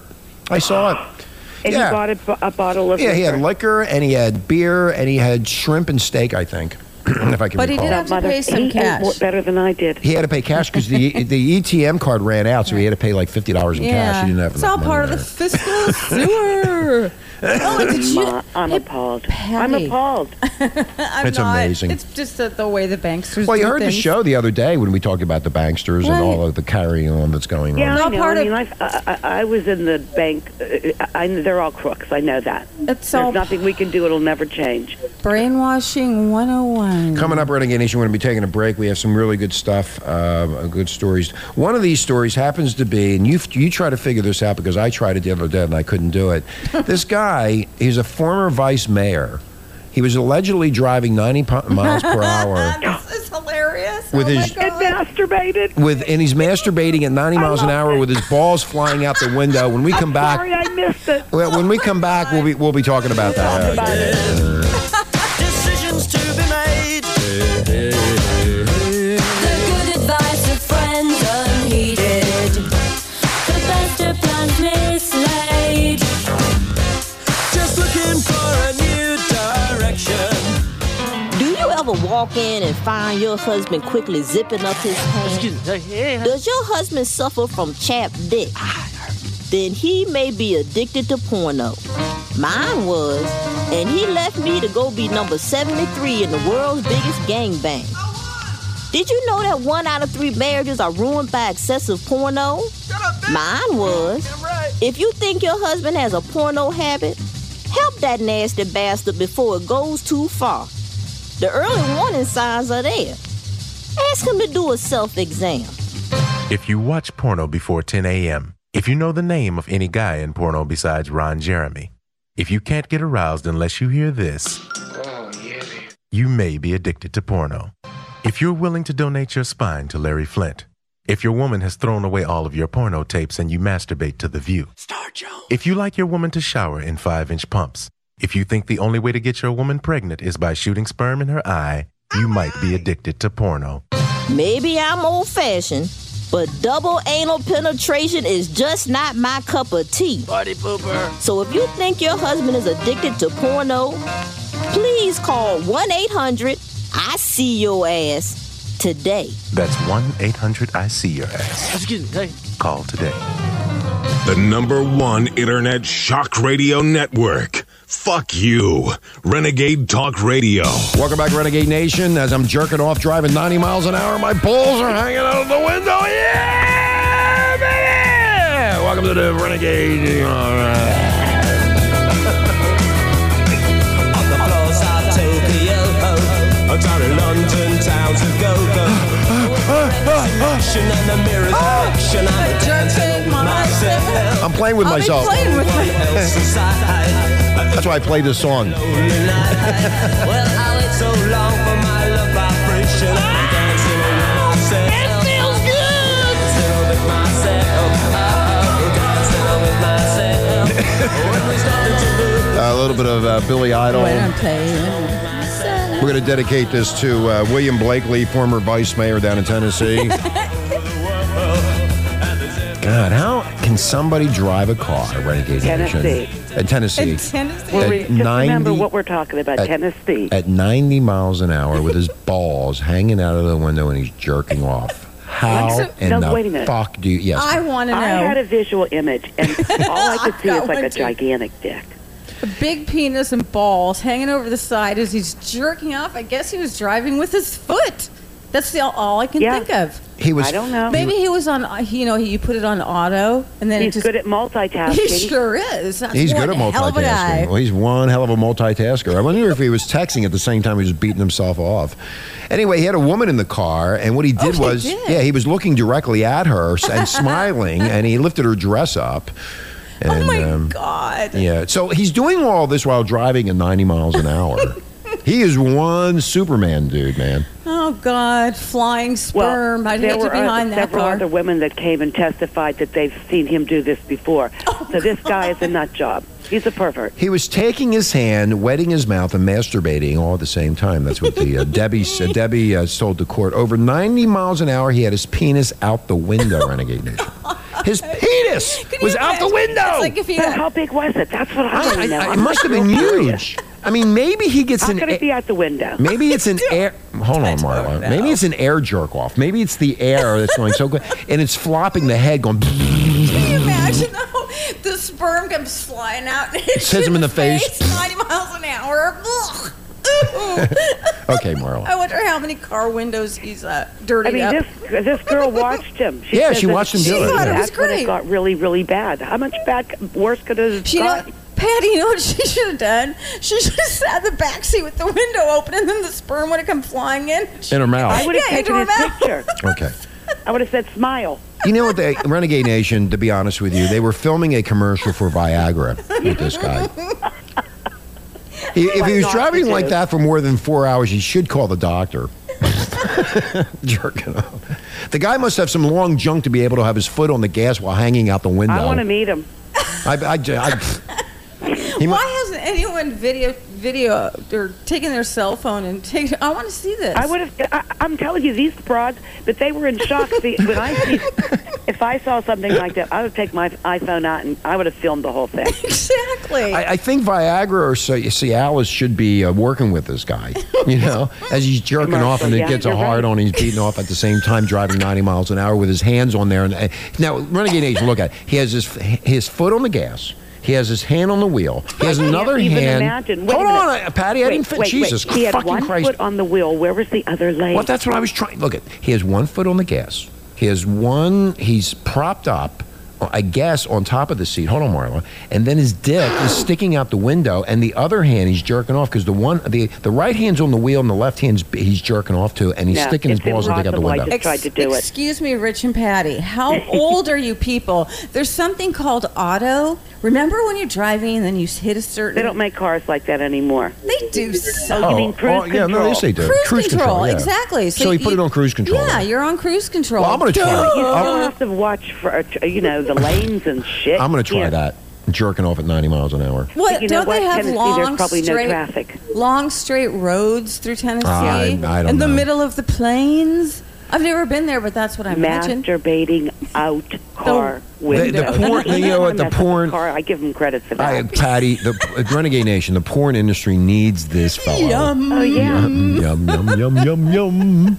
Speaker 3: I saw it.
Speaker 5: and
Speaker 3: yeah.
Speaker 5: you bought a, bo- a bottle of
Speaker 3: Yeah, he had
Speaker 5: liquor.
Speaker 3: liquor, and he had beer, and he had shrimp and steak, I think, if I can
Speaker 4: But he
Speaker 3: recall.
Speaker 4: did have to
Speaker 5: Mother-
Speaker 4: pay some
Speaker 5: he
Speaker 4: cash.
Speaker 5: ate better than I did.
Speaker 3: he had to pay cash because the the ETM card ran out, so he had to pay like fifty dollars in cash. He didn't have
Speaker 4: it's
Speaker 3: enough
Speaker 4: all
Speaker 3: money
Speaker 4: part of
Speaker 3: there.
Speaker 4: the fiscal sewer. Oh, and did you?
Speaker 5: Ma- I'm
Speaker 4: Hey,
Speaker 5: appalled. I'm
Speaker 4: Patty.
Speaker 5: appalled.
Speaker 4: I'm
Speaker 3: It's
Speaker 4: not-
Speaker 3: amazing.
Speaker 4: It's just that the way the banksters.
Speaker 3: Well, you
Speaker 4: do
Speaker 3: heard
Speaker 4: things.
Speaker 3: the show the other day when we talked about the banksters and
Speaker 4: Right.
Speaker 3: all of the carrying on that's going
Speaker 5: Yeah,
Speaker 3: on.
Speaker 4: all
Speaker 5: I know.
Speaker 4: part
Speaker 5: I
Speaker 4: of-
Speaker 5: mean, I've- I, I, I was in the bank. uh, I, they're all crooks. I know that.
Speaker 4: It's all
Speaker 5: There's nothing we can do. It'll never change.
Speaker 4: brainwashing 101.
Speaker 3: Coming up, Renegade Nation, we're going to be taking a break. We have some really good stuff, uh, good stories. One of these stories happens to be, and you you try to figure this out because I tried it the other day and I couldn't do it. this guy, he's a former vice mayor. He was allegedly driving 90 pi- miles per hour
Speaker 4: this is hilarious.
Speaker 3: With
Speaker 4: oh
Speaker 3: his-
Speaker 4: my
Speaker 5: And
Speaker 4: God.
Speaker 5: masturbated.
Speaker 3: with, and he's masturbating at 90 miles an hour with his balls flying out the window. When we come back,
Speaker 5: Sorry, I missed it.
Speaker 3: Well, when we come back, we'll be we'll be talking about that.
Speaker 7: Decisions to be made.
Speaker 6: The good advice of friends unheeded. The best of plans mislaid.
Speaker 7: Just looking for a new direction.
Speaker 8: Do you ever walk in and find your husband quickly zipping up his pants? Does your husband suffer from chapped dick? Then he may be addicted to porno. Mine was, and he left me to go be number 73 in the world's biggest gangbang. Did you know that one out of three marriages are ruined by excessive porno? Mine was. If you think your husband has a porno habit, help that nasty bastard before it goes too far. The early warning signs are there. Ask him to do a self exam.
Speaker 9: If you watch porno before 10 a.m., if you know the name of any guy in porno besides Ron Jeremy, if you can't get aroused unless you hear this, you may be addicted to porno. If you're willing to donate your spine to Larry Flint, if your woman has thrown away all of your porno tapes and you masturbate to the view, if you like your woman to shower in five inch pumps, if you think the only way to get your woman pregnant is by shooting sperm in her eye, you might be addicted to porno.
Speaker 8: Maybe I'm old fashioned, but double anal penetration is just not my cup of tea. Party pooper. So if you think your husband is addicted to porno, please call 1 800 I See Your Ass today.
Speaker 9: That's 1 800 I See Your Ass. Call today.
Speaker 2: The number one internet shock radio network. Fuck you. Renegade Talk Radio.
Speaker 3: Welcome back, Renegade Nation. As I'm jerking off, driving 90 miles an hour, my balls are hanging out of the window. Yeah, baby! Welcome to the Renegade. All right.
Speaker 7: On the floors of Tokyo, down in London, towns of go-go. Action and the mirror's reflection. I'm
Speaker 4: Jerking
Speaker 7: dancing with
Speaker 4: myself.
Speaker 7: myself.
Speaker 3: I'm playing with
Speaker 4: I'll be
Speaker 3: myself.
Speaker 4: playing with
Speaker 7: One
Speaker 4: my-
Speaker 7: else's eye.
Speaker 3: That's why I play this song.
Speaker 7: Lonely night. Well, I wait so long for my love vibration. I'm dancing with myself. It feels good. Dancing with myself. Oh, dancing with myself. When we started to move.
Speaker 3: a little bit of uh, Billy Idol.
Speaker 4: Wait, I'm playing.
Speaker 3: We're going to dedicate this to uh, William Blakely, former vice mayor down in Tennessee. God, how can somebody drive a car, Renegade
Speaker 5: Tennessee.
Speaker 3: Nation? In Tennessee.
Speaker 4: In Tennessee.
Speaker 5: Well,
Speaker 3: At
Speaker 5: we- just
Speaker 3: 90
Speaker 5: remember what we're talking about,
Speaker 3: at-
Speaker 5: Tennessee.
Speaker 3: at 90 miles an hour with his balls hanging out of the window and he's jerking off. How
Speaker 4: Let's-
Speaker 3: in
Speaker 5: no,
Speaker 3: the
Speaker 5: wait a minute.
Speaker 3: fuck do you? Yes.
Speaker 4: I want to
Speaker 5: I
Speaker 4: know.
Speaker 5: had a visual image, and all I could see
Speaker 4: I
Speaker 5: is like
Speaker 4: want
Speaker 5: a
Speaker 4: to.
Speaker 5: gigantic dick.
Speaker 4: a big penis and balls hanging over the side as he's jerking off. I guess he was driving with his foot. That's the, all I can
Speaker 5: Yeah.
Speaker 4: think of.
Speaker 3: he was.
Speaker 5: I don't know.
Speaker 4: Maybe he was on, uh, you know, he, you put it on auto and then
Speaker 5: He's
Speaker 4: it just.
Speaker 5: good at multitasking.
Speaker 4: he sure is. That's
Speaker 3: He's good at
Speaker 4: one hell of an
Speaker 3: multitasking.
Speaker 4: eye.
Speaker 3: Well, he's one hell of a multitasker. I wonder if he was texting at the same time he was beating himself off. Anyway, he had a woman in the car, and what he
Speaker 5: Oh,
Speaker 3: did
Speaker 4: he
Speaker 3: was,
Speaker 4: did.
Speaker 3: yeah, he was looking directly at her and smiling, and he lifted her dress up. And,
Speaker 4: oh my
Speaker 3: um,
Speaker 4: God.
Speaker 3: Yeah. So he's doing all this while driving at 90 miles an hour. he is one Superman dude, man.
Speaker 4: Oh God. Flying
Speaker 5: Well,
Speaker 4: sperm. I'd
Speaker 5: there
Speaker 4: hate to be
Speaker 5: were other-
Speaker 4: behind that
Speaker 5: several
Speaker 4: car.
Speaker 5: other women that came and testified that they've seen him do this before.
Speaker 4: Oh,
Speaker 5: so this guy is a nut job. He's a pervert.
Speaker 3: He was taking his hand, wetting his mouth, and masturbating all at the same time. That's what the uh, Debbie uh, Debbie uh, told the court. Over 90 miles an hour, he had his penis out the window, Renegade Nation. His penis
Speaker 4: Can you
Speaker 3: was out the
Speaker 4: imagine?
Speaker 3: window.
Speaker 4: It's like if he
Speaker 5: But
Speaker 4: had
Speaker 5: how big was it? That's what I want
Speaker 3: I,
Speaker 5: to know.
Speaker 3: I, I, it
Speaker 5: I'm
Speaker 3: must have been
Speaker 5: real curious.
Speaker 3: huge. I mean, maybe he gets
Speaker 5: How
Speaker 3: an.
Speaker 5: could it
Speaker 3: a-
Speaker 5: be out the window?
Speaker 3: Maybe it's an air. Hold on, Marla. Maybe it's an air jerk off. Maybe it's the air that's going so good, and it's flopping the head, going.
Speaker 4: Can you imagine though? The sperm comes flying out. and It
Speaker 3: Hits him in the face.
Speaker 4: 90 miles an hour. Ugh. Ooh.
Speaker 3: Okay, Marla.
Speaker 4: I wonder how many car windows he's uh, dirty
Speaker 5: I mean,
Speaker 4: up.
Speaker 5: this this girl watched him. She
Speaker 3: Yeah,
Speaker 5: says
Speaker 3: she
Speaker 5: that
Speaker 3: watched him
Speaker 4: do it. She thought it was
Speaker 5: That's when
Speaker 4: great.
Speaker 5: it got really, really bad. How much bad, worse could it have
Speaker 4: she know,
Speaker 5: got?
Speaker 4: Patty, you know what she should have done? She should have sat in the back seat with the window open, and then the sperm would have come flying in.
Speaker 3: In her mouth.
Speaker 5: I would have
Speaker 4: Yeah,
Speaker 5: taken
Speaker 4: you
Speaker 5: his
Speaker 4: don't know.
Speaker 5: picture.
Speaker 3: Okay.
Speaker 5: I would have said, smile.
Speaker 3: You know what, the Renegade Nation. To be honest with you, they were filming a commercial for Viagra with this guy. He- if he was
Speaker 5: Not
Speaker 3: driving
Speaker 5: to
Speaker 3: like
Speaker 5: do.
Speaker 3: that for more than four hours, he should call the doctor. Jerking off. The guy must have some long junk to be able to have his foot on the gas while hanging out the window.
Speaker 5: I want to meet him.
Speaker 3: I, I, I- he mu-
Speaker 4: Why hasn't anyone video video or taken their cell phone and taken? I want to see this.
Speaker 5: I would have. I, I'm telling you, these broads, but they were in shock. See, when I see, if I saw something like that, I would take my iPhone out and I would have filmed the whole thing.
Speaker 4: exactly.
Speaker 3: I, I think Viagra or C- Cialis should be uh, working with this guy, you know, as he's jerking off and it
Speaker 5: Yeah,
Speaker 3: gets a
Speaker 5: you're right.
Speaker 3: hard on. He's beating off at the same time, driving 90 miles an hour with his hands on there. And uh, now, Renegade Nation, look at it. He has his his foot on the gas. He has his hand on the wheel. He has
Speaker 5: I can't
Speaker 3: another
Speaker 5: even
Speaker 3: hand.
Speaker 5: imagine. Wait a
Speaker 3: Hold on,
Speaker 5: minute.
Speaker 3: uh, Patty. I
Speaker 5: Wait,
Speaker 3: didn't fit.
Speaker 5: wait,
Speaker 3: Jesus
Speaker 5: wait. He had
Speaker 3: fucking
Speaker 5: one
Speaker 3: Christ.
Speaker 5: foot on the wheel. Where was the other leg?
Speaker 3: Well, that's what I was trying. Look at. He has one foot on the gas. He has one. He's propped up, I guess, on top of the seat. Hold on, Marla. And then his dick is sticking out the window, and the other hand he's jerking off because the one the the right hand's on the wheel and the left hand's he's jerking off to, and he's
Speaker 5: No,
Speaker 3: sticking his
Speaker 5: it's
Speaker 3: balls and dick out the
Speaker 5: impossible. I
Speaker 3: window.
Speaker 5: just- tried to do it.
Speaker 4: Excuse me, Rich and Patty. How old are you people? There's something called auto. Remember when you're driving and then you hit a certain.
Speaker 5: They don't make cars like that anymore.
Speaker 4: They do so.
Speaker 5: Oh, you mean cruise
Speaker 3: yeah, no, they say do.
Speaker 4: Cruise, control,
Speaker 3: yeah.
Speaker 4: exactly.
Speaker 3: So, he put
Speaker 4: you-
Speaker 3: it on cruise control.
Speaker 4: Yeah,
Speaker 3: then.
Speaker 4: you're on cruise control.
Speaker 3: Well, I'm gonna try.
Speaker 5: You
Speaker 3: it.
Speaker 5: still
Speaker 3: I'm,
Speaker 5: have to watch for uh, you know the lanes and shit.
Speaker 3: I'm gonna try
Speaker 5: Yeah.
Speaker 3: that. Jerking off at 90 miles an hour.
Speaker 4: What,
Speaker 5: But you know
Speaker 4: don't
Speaker 5: what?
Speaker 4: they have
Speaker 5: Tennessee,
Speaker 4: long
Speaker 5: there's probably
Speaker 4: straight,
Speaker 5: no traffic.
Speaker 4: long straight roads through Tennessee?
Speaker 3: I- I don't
Speaker 4: in the
Speaker 3: know.
Speaker 4: middle of the plains? I've never been there, but that's what I imagine.
Speaker 5: Masturbating out car
Speaker 3: The-
Speaker 5: window.
Speaker 3: the porn- you know what, the
Speaker 5: Mess up
Speaker 3: porn-
Speaker 5: Car, I give him credit for
Speaker 3: I,
Speaker 5: that.
Speaker 3: Patty, the uh, Renegade Nation, the porn industry needs this fellow.
Speaker 4: Yum.
Speaker 5: oh yeah.
Speaker 3: yum, yum, yum, yum, yum, yum.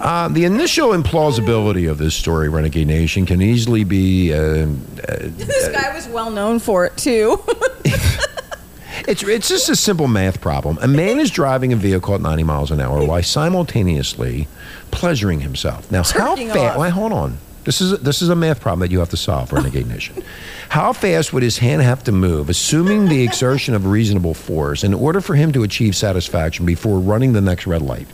Speaker 3: Uh, the initial implausibility of this story, Renegade Nation, can easily be. Uh,
Speaker 4: This guy was well known for it, too.
Speaker 3: it's, it's just a simple math problem. A man is driving a vehicle at 90 miles an hour while simultaneously pleasuring himself. Now, how
Speaker 4: Jerking
Speaker 3: fast.
Speaker 4: off.
Speaker 3: Wait, hold on. This is, a, this is a math problem that you have to solve, Renegade Nation. How fast would his hand have to move, assuming the exertion of reasonable force, in order for him to achieve satisfaction before running the next red light?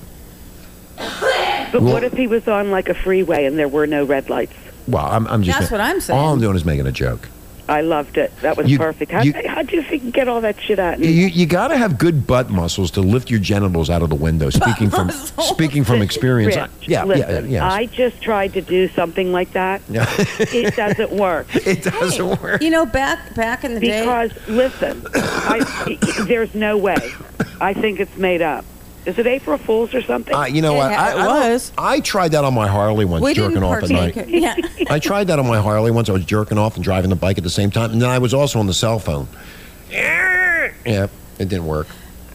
Speaker 5: But what if he was on like a freeway and there were no red lights?
Speaker 3: Well, I'm, I'm just.
Speaker 4: That's what I'm saying.
Speaker 3: All I'm doing is making a joke.
Speaker 5: I loved it. That was
Speaker 3: You-
Speaker 5: perfect. How
Speaker 3: you-
Speaker 5: how'd you think get all that shit out?
Speaker 3: You, you got to have good butt muscles to lift your genitals out of the window. Speaking from
Speaker 4: muscles.
Speaker 3: speaking from experience, I-
Speaker 5: Rich,
Speaker 3: yeah, yeah,
Speaker 5: listen,
Speaker 3: yeah.
Speaker 5: I just tried to do something like that.
Speaker 3: Yeah.
Speaker 5: it doesn't work.
Speaker 3: it doesn't work.
Speaker 4: You know, back back in the day,
Speaker 5: Because listen, I, there's no way. I think it's made up. Is it April Fool's or something?
Speaker 3: Uh, you know
Speaker 4: It
Speaker 3: what?
Speaker 4: ha-
Speaker 3: I, I
Speaker 4: it
Speaker 3: don't-
Speaker 4: was.
Speaker 3: I tried that on my Harley once,
Speaker 4: we
Speaker 3: jerking
Speaker 4: didn't
Speaker 3: off at
Speaker 4: partake.
Speaker 3: night.
Speaker 4: Yeah.
Speaker 3: I tried that on my Harley once. I was jerking off and driving the bike at the same time, and then I was also on the cell phone. Yeah, it didn't work.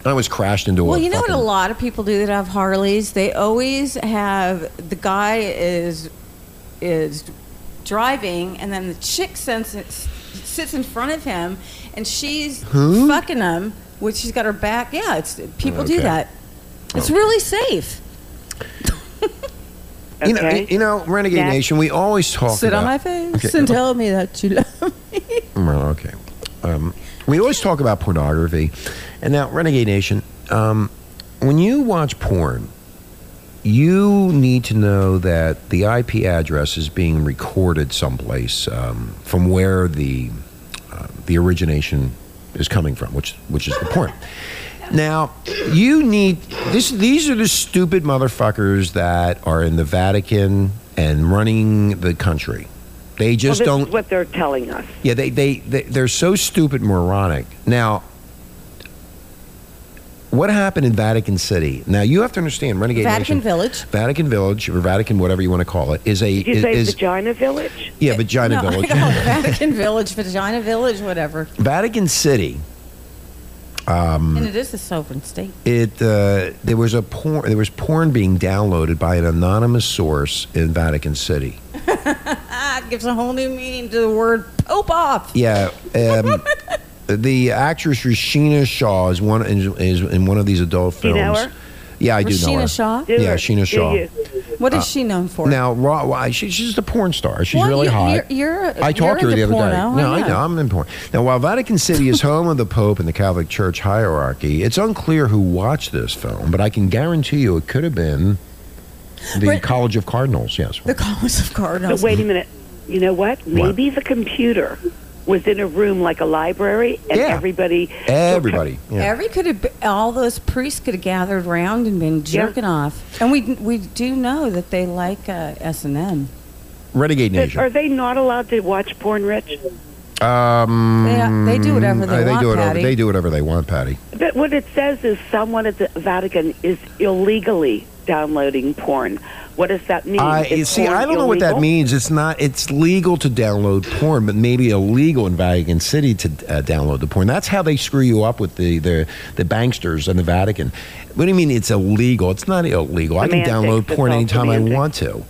Speaker 3: I always crashed into
Speaker 4: Well,
Speaker 3: a
Speaker 4: you know what a
Speaker 3: fucking-
Speaker 4: lot of people do that have Harleys? They always have the guy is is driving, and then the chick sends it, sits in front of him, and she's fucking him, which she's got her back. Yeah, it's people do
Speaker 3: Okay. Oh.
Speaker 4: that. It's really safe.
Speaker 3: You know,
Speaker 5: Okay.
Speaker 3: you know, Renegade
Speaker 5: Next.
Speaker 3: Nation. We always talk
Speaker 4: Sit
Speaker 3: about
Speaker 4: on my face
Speaker 3: Okay.
Speaker 4: and tell me that you love me.
Speaker 3: Well, okay. Um, we always talk about pornography. And now, Renegade Nation, um, when you watch porn, you need to know that the IP address is being recorded someplace um, from where the uh, the origination is coming from, which which is the porn. Now, you need this. These are the stupid motherfuckers that are in the Vatican and running the country. They
Speaker 5: Well,
Speaker 3: just
Speaker 5: this
Speaker 3: don't
Speaker 5: is what they're telling us.
Speaker 3: yeah, they, they, they, they're so stupid moronic. Now, what happened in Vatican City? Now, you have to understand, Renegade
Speaker 4: Vatican
Speaker 3: Nation,
Speaker 4: Village.
Speaker 3: Vatican Village, or Vatican, whatever you want to call it, is a,
Speaker 5: Did you
Speaker 3: is,
Speaker 5: say
Speaker 3: is-
Speaker 5: vagina village?
Speaker 3: yeah, Vagina
Speaker 4: No, I
Speaker 3: Village.
Speaker 4: call it Vatican Village, Vagina Village, whatever.
Speaker 3: Vatican City, Mm.
Speaker 4: And it is a sovereign state.
Speaker 3: it, uh, there was a porn, there was porn being downloaded by an anonymous source in Vatican City.
Speaker 4: Ah, it gives a whole new meaning to the word pope off.
Speaker 3: Yeah. Um, the actress Rashina Shaw is one, is in one of these adult
Speaker 5: Do you
Speaker 3: films.
Speaker 5: know her?
Speaker 3: Yeah, I do know her.
Speaker 4: Rashina Shaw.
Speaker 5: Do
Speaker 3: Yeah,
Speaker 5: it.
Speaker 3: Sheena
Speaker 5: Do
Speaker 3: Shaw.
Speaker 5: you?
Speaker 4: What is she known for?
Speaker 3: Now, Raw, why she, she's just a porn star. She's
Speaker 4: Well,
Speaker 3: really
Speaker 4: you're-
Speaker 3: hot.
Speaker 4: You're, you're,
Speaker 3: I talked to her
Speaker 4: you're
Speaker 3: the other
Speaker 4: into
Speaker 3: day.
Speaker 4: porno,
Speaker 3: No, I
Speaker 4: yeah.
Speaker 3: know I'm in porn. Now, while Vatican City is home of the Pope and the Catholic Church hierarchy, it's unclear who watched this film, but I can guarantee you it could have been the
Speaker 4: But-
Speaker 3: College of Cardinals. Yes.
Speaker 4: The College of
Speaker 5: But
Speaker 4: Cardinals.
Speaker 5: wait a minute. You know what? Maybe the computer was in a room like a library, and
Speaker 3: Yeah.
Speaker 5: everybody.
Speaker 3: Everybody. Yeah.
Speaker 4: Every could have, be- all those priests could have gathered round and been
Speaker 5: Yeah.
Speaker 4: jerking off. And we we do know that they like uh, S and M.
Speaker 3: Renegade
Speaker 5: But Are
Speaker 3: Nation.
Speaker 5: they not allowed to watch porn, Rich?
Speaker 3: Um,
Speaker 4: They- they do whatever they
Speaker 3: uh,
Speaker 4: want,
Speaker 3: do whatever,
Speaker 4: Patty.
Speaker 3: They do whatever they want, Patty.
Speaker 5: But what it says is someone at the Vatican is illegally downloading porn. What does that mean?
Speaker 3: I
Speaker 5: Is
Speaker 3: see.
Speaker 5: porn
Speaker 3: I don't know what that
Speaker 5: illegal?
Speaker 3: means. It's not. It's legal to download porn, but maybe illegal in Vatican City to uh, download the porn. That's how they screw you up with the the, the banksters and the Vatican. What do you mean? It's illegal. It's not illegal. I can
Speaker 5: Semantics.
Speaker 3: download
Speaker 5: It's
Speaker 3: porn
Speaker 5: all
Speaker 3: anytime I
Speaker 5: semantics.
Speaker 3: want to.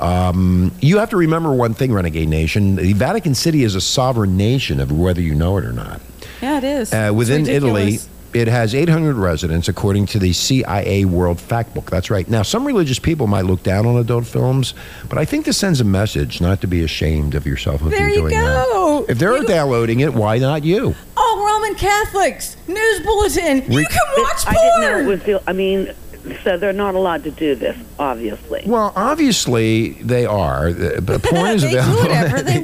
Speaker 3: Um, you have to remember one thing, Renegade Nation. The Vatican City is a sovereign nation, of whether you know it or not.
Speaker 4: Yeah, it is.
Speaker 3: Uh,
Speaker 4: It's
Speaker 3: within Italy,
Speaker 4: ridiculous.
Speaker 3: it has 800 residents, according to the CIA World Factbook. That's right. Now, some religious people might look down on adult films, but I think this sends a message not to be ashamed of yourself if
Speaker 4: There
Speaker 3: you're
Speaker 4: you
Speaker 3: doing that.
Speaker 4: go.
Speaker 3: If they're
Speaker 4: You-
Speaker 3: downloading it, why not you?
Speaker 4: all Roman Catholics news bulletin.
Speaker 3: Re-
Speaker 4: you can watch
Speaker 5: I
Speaker 4: porn.
Speaker 5: didn't know it was. Ill- I mean, so they're not allowed to do this, obviously.
Speaker 3: Well, obviously they are. Uh, But porn is
Speaker 4: They do
Speaker 3: available.
Speaker 4: whatever they
Speaker 3: They do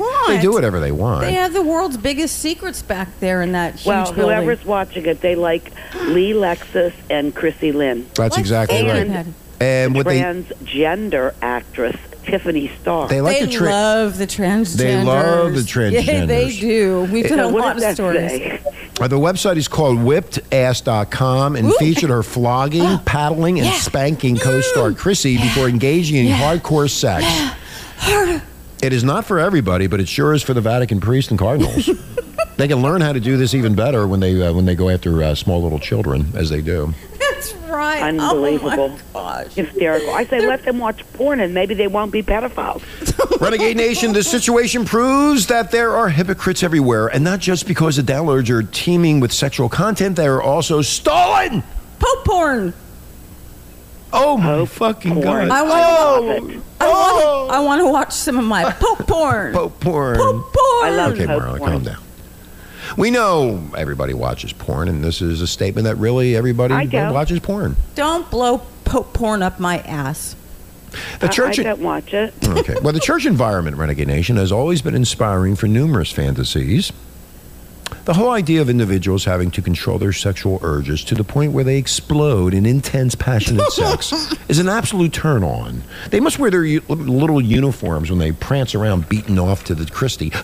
Speaker 4: want.
Speaker 3: whatever they want.
Speaker 4: they have the world's biggest secrets back there in that huge
Speaker 5: Well,
Speaker 4: building.
Speaker 5: whoever's watching it, they like Lee Lexus and Chrissy Lynn,
Speaker 3: That's
Speaker 4: Like
Speaker 3: exactly
Speaker 4: Aaron
Speaker 3: right.
Speaker 4: had.
Speaker 3: And what they
Speaker 5: transgender actress Tiffany Starr.
Speaker 3: they like
Speaker 4: they
Speaker 3: to trick.
Speaker 4: love the transgenders.
Speaker 3: They love the
Speaker 4: Yeah, they
Speaker 3: transgenders.
Speaker 4: do. We've got a
Speaker 5: so what
Speaker 4: lot
Speaker 5: does
Speaker 4: of
Speaker 5: that
Speaker 4: stories.
Speaker 5: say?
Speaker 3: Uh, the website is called whippedass.com and featured her flogging, paddling, and spanking co star Chrissy before engaging in hardcore sex. It is not for everybody, but it sure is for the Vatican priests and cardinals. they can learn how to do this even better when they, uh, when they go after uh, small little children, as they do.
Speaker 4: That's right.
Speaker 5: Unbelievable.
Speaker 4: Oh my gosh.
Speaker 5: Hysterical. I say let them watch porn, and maybe they won't be pedophiles.
Speaker 3: Renegade Nation, this situation proves that there are hypocrites everywhere, and not just because the downloads are teeming with sexual content, they are also stolen!
Speaker 4: Pope porn.
Speaker 3: Oh my
Speaker 5: Pope
Speaker 3: fucking
Speaker 5: porn.
Speaker 3: god.
Speaker 4: I
Speaker 3: oh,
Speaker 5: want-
Speaker 4: I
Speaker 3: oh.
Speaker 4: want to. I want to watch some of my pope porn.
Speaker 3: Pope porn.
Speaker 4: Pope porn.
Speaker 5: I love
Speaker 3: Okay,
Speaker 5: Pope
Speaker 3: Marla,
Speaker 5: porn.
Speaker 3: calm down. We know everybody watches porn, and this is a statement that really everybody
Speaker 5: I don't.
Speaker 3: watches porn.
Speaker 4: Don't blow pope porn up my ass.
Speaker 3: The
Speaker 5: I-
Speaker 3: church.
Speaker 5: I, don't watch it.
Speaker 3: okay. Well, the church environment, Renegade Nation, has always been inspiring for numerous fantasies. The whole idea of individuals having to control their sexual urges to the point where they explode in intense, passionate sex is an absolute turn on. They must wear their u- little uniforms when they prance around, beaten off to the Christie.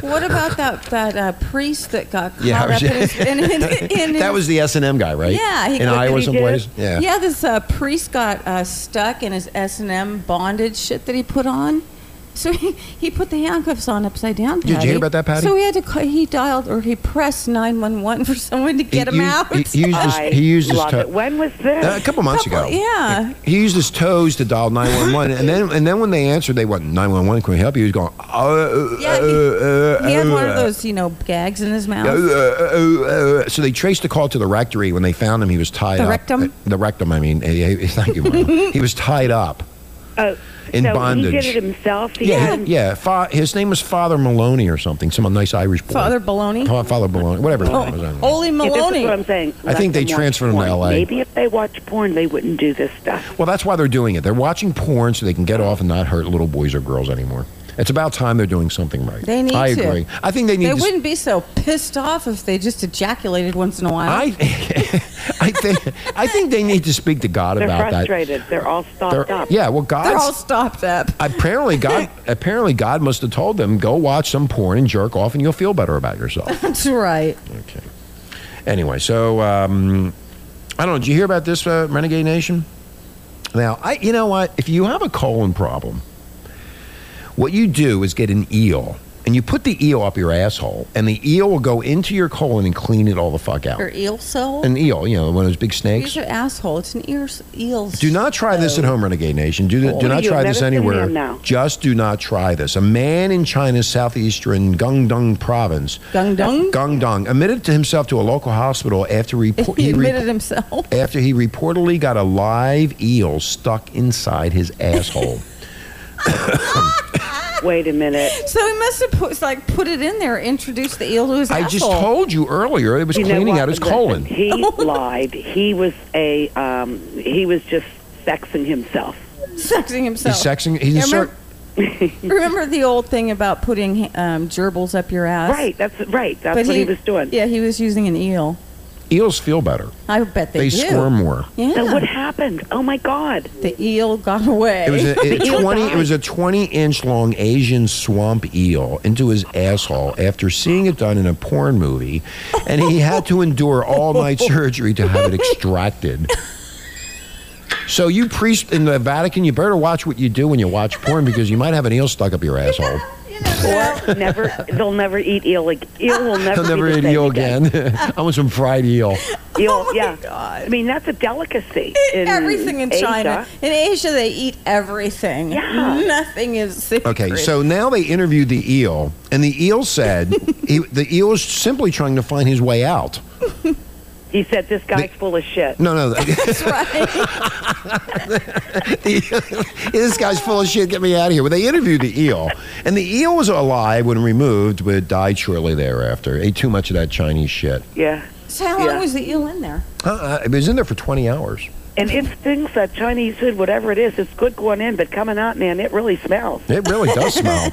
Speaker 4: What about that that uh, priest that got caught
Speaker 3: Yeah, I
Speaker 4: up
Speaker 3: was-
Speaker 4: in his, in, in, in
Speaker 3: that
Speaker 4: his-
Speaker 3: was the S and M guy, right?
Speaker 4: Yeah, he-
Speaker 3: in
Speaker 4: what did
Speaker 3: Iowa
Speaker 4: he do?
Speaker 3: someplace. Yeah.
Speaker 4: yeah. this uh, priest got uh, stuck in his S and M bondage shit that he put on, So he, he put the handcuffs on upside down.
Speaker 3: Did you hear
Speaker 4: Patty.
Speaker 3: about that, Patty?
Speaker 4: So he had to call, he dialed or he pressed nine one one for someone to get
Speaker 3: He
Speaker 4: him
Speaker 3: used-
Speaker 4: out.
Speaker 3: He, he used his,
Speaker 5: I
Speaker 3: he used his
Speaker 5: love
Speaker 3: toe-
Speaker 5: it. When was this?
Speaker 3: Uh, a couple months
Speaker 4: Couple-
Speaker 3: ago.
Speaker 4: yeah.
Speaker 3: He used his toes to dial 911. and then and then when they answered, they went, 911, can we help you? He was going, oh,
Speaker 4: Yeah, he-
Speaker 3: uh,
Speaker 4: he had one
Speaker 3: uh,
Speaker 4: of those you know gags in his mouth.
Speaker 3: uh, uh, uh, uh. So they traced the call to the rectory. When they found him, he was tied
Speaker 4: The
Speaker 3: up.
Speaker 4: rectum?
Speaker 3: Uh, The rectum, I mean. Uh, yeah, Thank you, Mom. He was tied up
Speaker 5: Oh,
Speaker 3: in
Speaker 5: so
Speaker 3: bondage.
Speaker 5: he did it himself. He
Speaker 3: yeah,
Speaker 5: had-
Speaker 3: he- yeah. Fa- his name was Father Maloney or something. Some nice Irish boy.
Speaker 4: Father Baloney.
Speaker 3: Fa- Father Maloney, whatever his
Speaker 4: Oh,
Speaker 3: name was. I don't know.
Speaker 4: Holy
Speaker 5: Yeah, this is
Speaker 4: Maloney.
Speaker 5: what I'm saying.
Speaker 3: I think
Speaker 5: Let
Speaker 3: they
Speaker 5: them watch
Speaker 3: transferred him to
Speaker 5: porn.
Speaker 3: LA.
Speaker 5: Maybe if they watch porn, they wouldn't do this stuff.
Speaker 3: Well, that's why they're doing it. They're watching porn so they can get off and not hurt little boys or girls anymore. It's about time they're doing something right.
Speaker 4: They need
Speaker 3: I
Speaker 4: to.
Speaker 3: agree. I think they need
Speaker 4: They
Speaker 3: to. s-
Speaker 4: wouldn't be so pissed off if they just ejaculated once in a while.
Speaker 3: I, I think I think they need to speak to God
Speaker 5: They're
Speaker 3: about
Speaker 5: frustrated. They're all
Speaker 3: that.
Speaker 5: stopped
Speaker 3: They're-
Speaker 5: up.
Speaker 3: yeah, well,
Speaker 4: They're all
Speaker 3: God.
Speaker 4: stopped up.
Speaker 3: Apparently, God. apparently, God must have told them, "Go watch some porn and jerk off, and you'll feel better about yourself."
Speaker 4: That's right.
Speaker 3: okay. Anyway, so um, I don't know. Did you hear about this, uh, Renegade Nation? Now, I, you know what? If you have a colon problem, what you do is get an eel, and you put the eel up your asshole, and the eel will go into your colon and clean it all the fuck out.
Speaker 4: Or eel cell.
Speaker 3: An eel, you know, one of those big snakes.
Speaker 4: These are asshole. It's an ear eel.
Speaker 3: Do not try this at home, Renegade Nation. Do, do
Speaker 5: What
Speaker 3: not
Speaker 5: are you,
Speaker 3: try
Speaker 5: a
Speaker 3: this
Speaker 5: medicine
Speaker 3: anywhere.
Speaker 5: man now?
Speaker 3: Just do not try this. A man in China's southeastern Guangdong province,
Speaker 4: Gungdong.
Speaker 3: Guangdong, admitted to himself to a local hospital after report,
Speaker 4: He
Speaker 3: re-
Speaker 4: admitted himself.
Speaker 3: after he reportedly got a live eel stuck inside his asshole.
Speaker 5: Wait a minute.
Speaker 4: So he must have put, like put it in there, introduced the eel to his
Speaker 3: I just
Speaker 4: asshole.
Speaker 3: told you earlier it was
Speaker 5: You know
Speaker 3: cleaning
Speaker 5: what?
Speaker 3: out his
Speaker 5: Listen,
Speaker 3: colon.
Speaker 5: He lied. He was a um, he was just sexing himself.
Speaker 4: sexing himself.
Speaker 3: He's sexing. He's
Speaker 4: Yeah,
Speaker 3: insert,
Speaker 4: remember- Remember the old thing about putting um, gerbils up your ass?
Speaker 5: Right. That's right. That's
Speaker 4: But
Speaker 5: what he, was doing.
Speaker 4: Yeah, he was using an eel.
Speaker 3: eels feel better.
Speaker 4: I bet
Speaker 3: They,
Speaker 4: they, do.
Speaker 3: squirm more.
Speaker 4: Yeah.
Speaker 5: So what happened? Oh my God!
Speaker 4: the eel got away.
Speaker 3: It was a, it-
Speaker 5: The eel
Speaker 3: twenty. It
Speaker 5: died.
Speaker 3: was a twenty-inch long Asian swamp eel into his asshole after seeing it done in a porn movie, and he had to endure all-night surgery to have it extracted. So you priest in the Vatican, you better watch what you do when you watch porn because you might have an eel stuck up your asshole.
Speaker 4: Oh
Speaker 5: Or never, they'll never eat eel. Like, eel will never.
Speaker 3: They'll never
Speaker 5: be the
Speaker 3: eat
Speaker 5: same
Speaker 3: eel again. I want some fried eel.
Speaker 5: Eel,
Speaker 4: Oh my
Speaker 5: yeah.
Speaker 4: God.
Speaker 5: I mean, that's a delicacy. in
Speaker 4: everything in
Speaker 5: Asia.
Speaker 4: China. In Asia, they eat everything.
Speaker 5: Yeah.
Speaker 4: Nothing is secret.
Speaker 3: Okay, so now they interviewed the eel, and the eel said he, the eel is simply trying to find his way out.
Speaker 5: He said this guy's
Speaker 3: The-
Speaker 5: full of shit.
Speaker 3: No, no, the-
Speaker 4: That's right.
Speaker 3: this guy's full of shit. Get me out of here. Well, they interviewed the eel, and the eel was alive when removed, but died shortly thereafter. Ate too much of that Chinese shit.
Speaker 5: Yeah.
Speaker 4: so how long
Speaker 5: Yeah.
Speaker 4: was the eel in there?
Speaker 3: Uh, it was in there for 20 hours.
Speaker 5: And it stinks that Chinese food, whatever it is, it's good going in, but coming out, man, it really smells.
Speaker 3: It really does smell.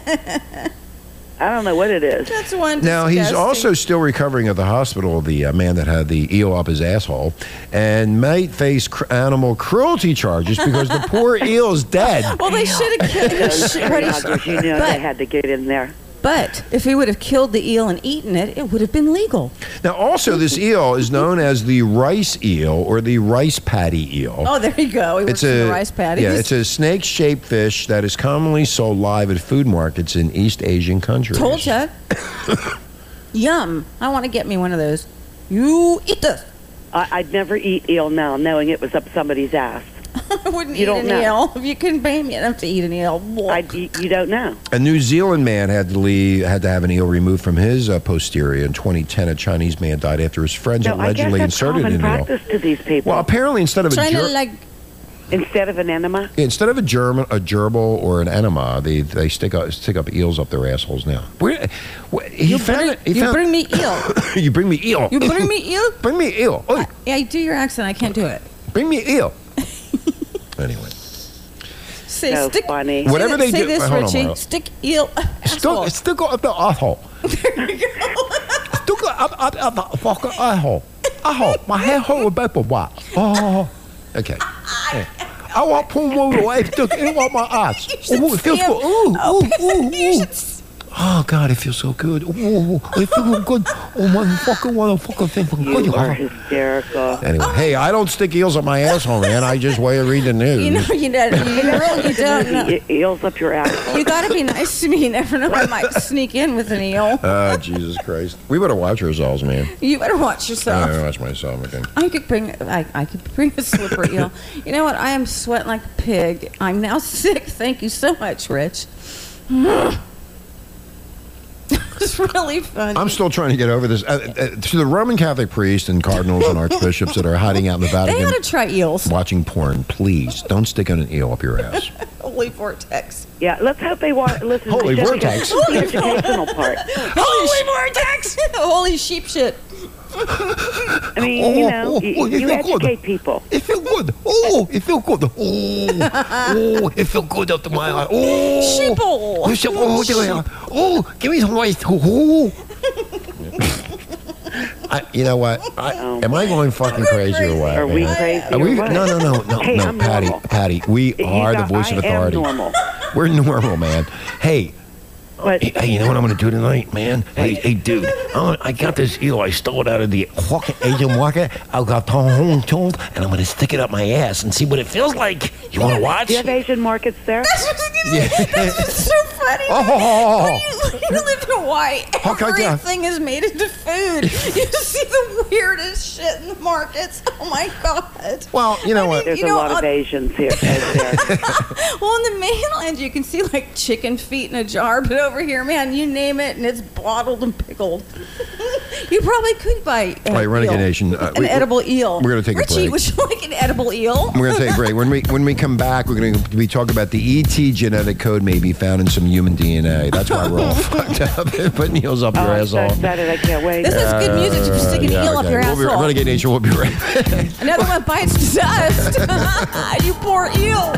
Speaker 5: I don't know what it is.
Speaker 4: That's one.
Speaker 3: Now he's
Speaker 4: disgusting-
Speaker 3: also still recovering at the hospital. The uh, man that had the eel up his asshole, and might face cr- animal cruelty charges because the poor eel's dead.
Speaker 4: Well, they should have killed. they
Speaker 5: Those
Speaker 4: should- what is-
Speaker 5: Chicanos, you know, they
Speaker 4: But-
Speaker 5: had to get in there.
Speaker 4: But if he would have killed the eel and eaten it, it would have been legal.
Speaker 3: Now, also, this eel is known as the rice eel or the rice patty eel.
Speaker 4: Oh, there you go. He works in the rice paddies.
Speaker 3: Yeah, it's a snake-shaped fish that is commonly sold live at food markets in East Asian countries.
Speaker 4: Told ya. Yum. I want to get me one of those. You eat this.
Speaker 5: I, I'd never eat eel now, knowing it was up somebody's ass.
Speaker 4: I wouldn't
Speaker 5: You
Speaker 4: eat
Speaker 5: don't
Speaker 4: an
Speaker 5: know.
Speaker 4: eel. If you couldn't pay me enough to eat an eel. Whoa.
Speaker 5: I you, you don't know.
Speaker 3: A New Zealand man had to leave, had to have an eel removed from his uh, posterior in 2010. A Chinese man died after his friends
Speaker 5: No, I guess
Speaker 3: allegedly
Speaker 5: that's
Speaker 3: inserted
Speaker 5: common
Speaker 3: an eel.
Speaker 5: practice to these people.
Speaker 3: Well, apparently, instead of a
Speaker 4: Trying to
Speaker 3: ger-
Speaker 4: like
Speaker 5: Instead of an enema,
Speaker 3: instead of a germ, a gerbil or an enema, they they stick up stick up eels up their assholes now. Where, wh- he
Speaker 4: you,
Speaker 3: found
Speaker 4: bring,
Speaker 3: it. He
Speaker 4: you
Speaker 3: found,
Speaker 4: bring me eel.
Speaker 3: you bring me eel.
Speaker 4: You bring me eel.
Speaker 3: bring me eel. Oi,
Speaker 4: Yeah, you do your accent. I can't do it.
Speaker 3: bring me eel. anyway,
Speaker 4: Say
Speaker 5: so
Speaker 4: stick.
Speaker 5: funny.
Speaker 3: What- Whatever
Speaker 4: say,
Speaker 3: they
Speaker 4: say
Speaker 3: do-
Speaker 4: this,
Speaker 3: hold on,
Speaker 4: Richie.
Speaker 3: Marla.
Speaker 4: stick eel.
Speaker 3: still
Speaker 4: asshole.
Speaker 3: still go up the asshole. Still go up up up the fucking asshole. Asshole. My asshole will be what? Oh. Okay. Hey. I want to pull one away. Stick it on my ass.
Speaker 4: You should
Speaker 3: Ooh, it feels
Speaker 4: see him. Oh,
Speaker 3: good. Ooh, ooh, ooh,
Speaker 4: you
Speaker 3: ooh.
Speaker 4: should
Speaker 3: Oh God, it feels so good. Oh, it feels so good. Oh my fucking what a fucking thing. Fucking good
Speaker 5: You
Speaker 3: you
Speaker 5: are
Speaker 3: are.
Speaker 5: hysterical.
Speaker 3: Anyway, hey, I don't stick eels up my asshole, man. I just way to read the news.
Speaker 4: You know, you know, you really don't know.
Speaker 5: It E-, eels up your asshole.
Speaker 4: You gotta be nice to me. You never know, I might sneak in with an eel.
Speaker 3: Ah, Jesus Christ. We better watch ourselves, man.
Speaker 4: You better watch
Speaker 3: I
Speaker 4: yourself.
Speaker 3: better watch myself again.
Speaker 4: I could bring I, I could bring a slipper eel. You know what? I am sweating like a pig. I'm now sick. Thank you so much, Rich. it's really funny.
Speaker 3: I'm still trying to get over this. Uh, uh, to the Roman Catholic priests and cardinals and archbishops that are hiding out in the
Speaker 4: they
Speaker 3: Vatican
Speaker 4: ought to try eels.
Speaker 3: watching porn, please don't stick an eel up your ass.
Speaker 4: Holy vortex.
Speaker 5: Yeah, let's hope they want listen
Speaker 3: Holy
Speaker 5: to
Speaker 3: vortex.
Speaker 5: the educational part.
Speaker 4: Holy vortex! Holy sheep shit.
Speaker 5: I
Speaker 3: Oh,
Speaker 5: mean, you know, you, you educate people.
Speaker 3: It feel good. Oh, it feel good. Oh, oh, it feel good up to my eye. Oh,
Speaker 4: Sheeple.
Speaker 3: Oh, sheep- oh, yeah. oh, give me some rice. Oh. I, you know what? I, am I going fucking crazy or what?
Speaker 5: Are we
Speaker 3: man?
Speaker 5: crazy?
Speaker 3: Are we,
Speaker 5: or what?
Speaker 3: no, no, no, no,
Speaker 5: Hey,
Speaker 3: no,
Speaker 5: I'm
Speaker 3: Patty,
Speaker 5: normal.
Speaker 3: Patty. We
Speaker 5: You
Speaker 3: are the
Speaker 5: got-
Speaker 3: voice of
Speaker 5: I am
Speaker 3: authority.
Speaker 5: normal.
Speaker 3: We're normal, man. Hey,
Speaker 5: But
Speaker 10: Hey, hey, you know what I'm gonna do tonight, man? Hey, hey, dude, I'm, I got this eel. I stole it out of the
Speaker 3: walk it, Asian walker.
Speaker 10: I got the home told, and I'm gonna stick it up my ass and see what it feels like. You wanna watch?
Speaker 5: do you have Asian markets there?
Speaker 4: That's what's that's what's so funny.
Speaker 3: Oh, ho, ho, ho,
Speaker 4: When you, when you live in Hawaii,
Speaker 3: How could you-
Speaker 4: everything is made into food. You see the weirdest shit in the markets. Oh my god.
Speaker 3: Well, you know what?
Speaker 5: There's
Speaker 4: You
Speaker 5: a
Speaker 4: know,
Speaker 5: lot of
Speaker 4: on-
Speaker 5: Asians here. there.
Speaker 4: Well, on the mainland, you can see like chicken feet in a jar, but over here, man, you name it, and it's bottled and pickled. you probably could buy uh,
Speaker 3: All right, Renegade
Speaker 4: eel.
Speaker 3: Nation, uh,
Speaker 4: an
Speaker 3: we-
Speaker 4: edible eel.
Speaker 3: we're gonna take a
Speaker 4: Richie,
Speaker 3: break.
Speaker 4: would you like an edible eel?
Speaker 3: We're going to take a break. When we when we come back, we're going to be talking about the ET genetic code may be found in some human DNA. That's why we're all fucked up. Putting eels up
Speaker 5: Oh,
Speaker 3: your
Speaker 5: I'm so
Speaker 3: asshole.
Speaker 5: excited. I can't wait.
Speaker 4: This is good music. You're sticking an eel up
Speaker 3: Uh, okay.
Speaker 4: your
Speaker 3: we'll be,
Speaker 4: asshole.
Speaker 3: Renegade Nation, we'll be right back.
Speaker 4: Another one bites dust. you poor eel.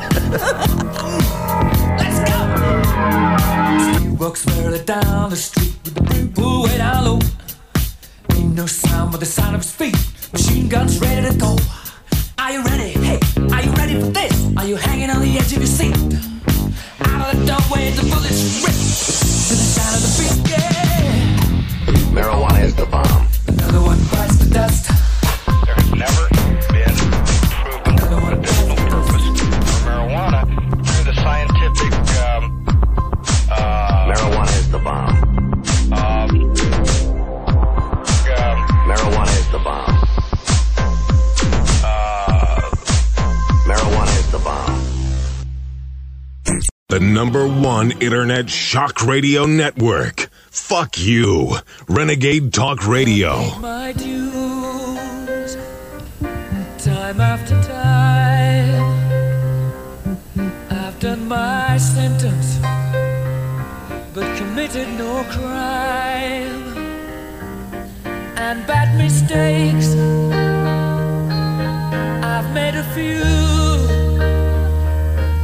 Speaker 7: He walks merrily down the street with the brim pulled way down low. Ain't no sound but the sound of his feet. Machine guns ready to go. Are you ready? Hey, are you ready for this? Are you hanging on the edge of your seat? Out of the doorway, the bullets rip to the sound of the beat. Yeah,
Speaker 1: Marijuana is the bomb.
Speaker 7: another one bites the dust.
Speaker 1: There has never been proven medicinal purpose for marijuana through the scientific. Um, uh, marijuana is the bomb. Um, marijuana is the bomb. Uh, marijuana is the bomb.
Speaker 2: The number one internet shock radio network. Fuck you. Renegade Talk Radio.
Speaker 7: my dues time after time I've done my sentence but committed no crime and bad mistakes I've made a few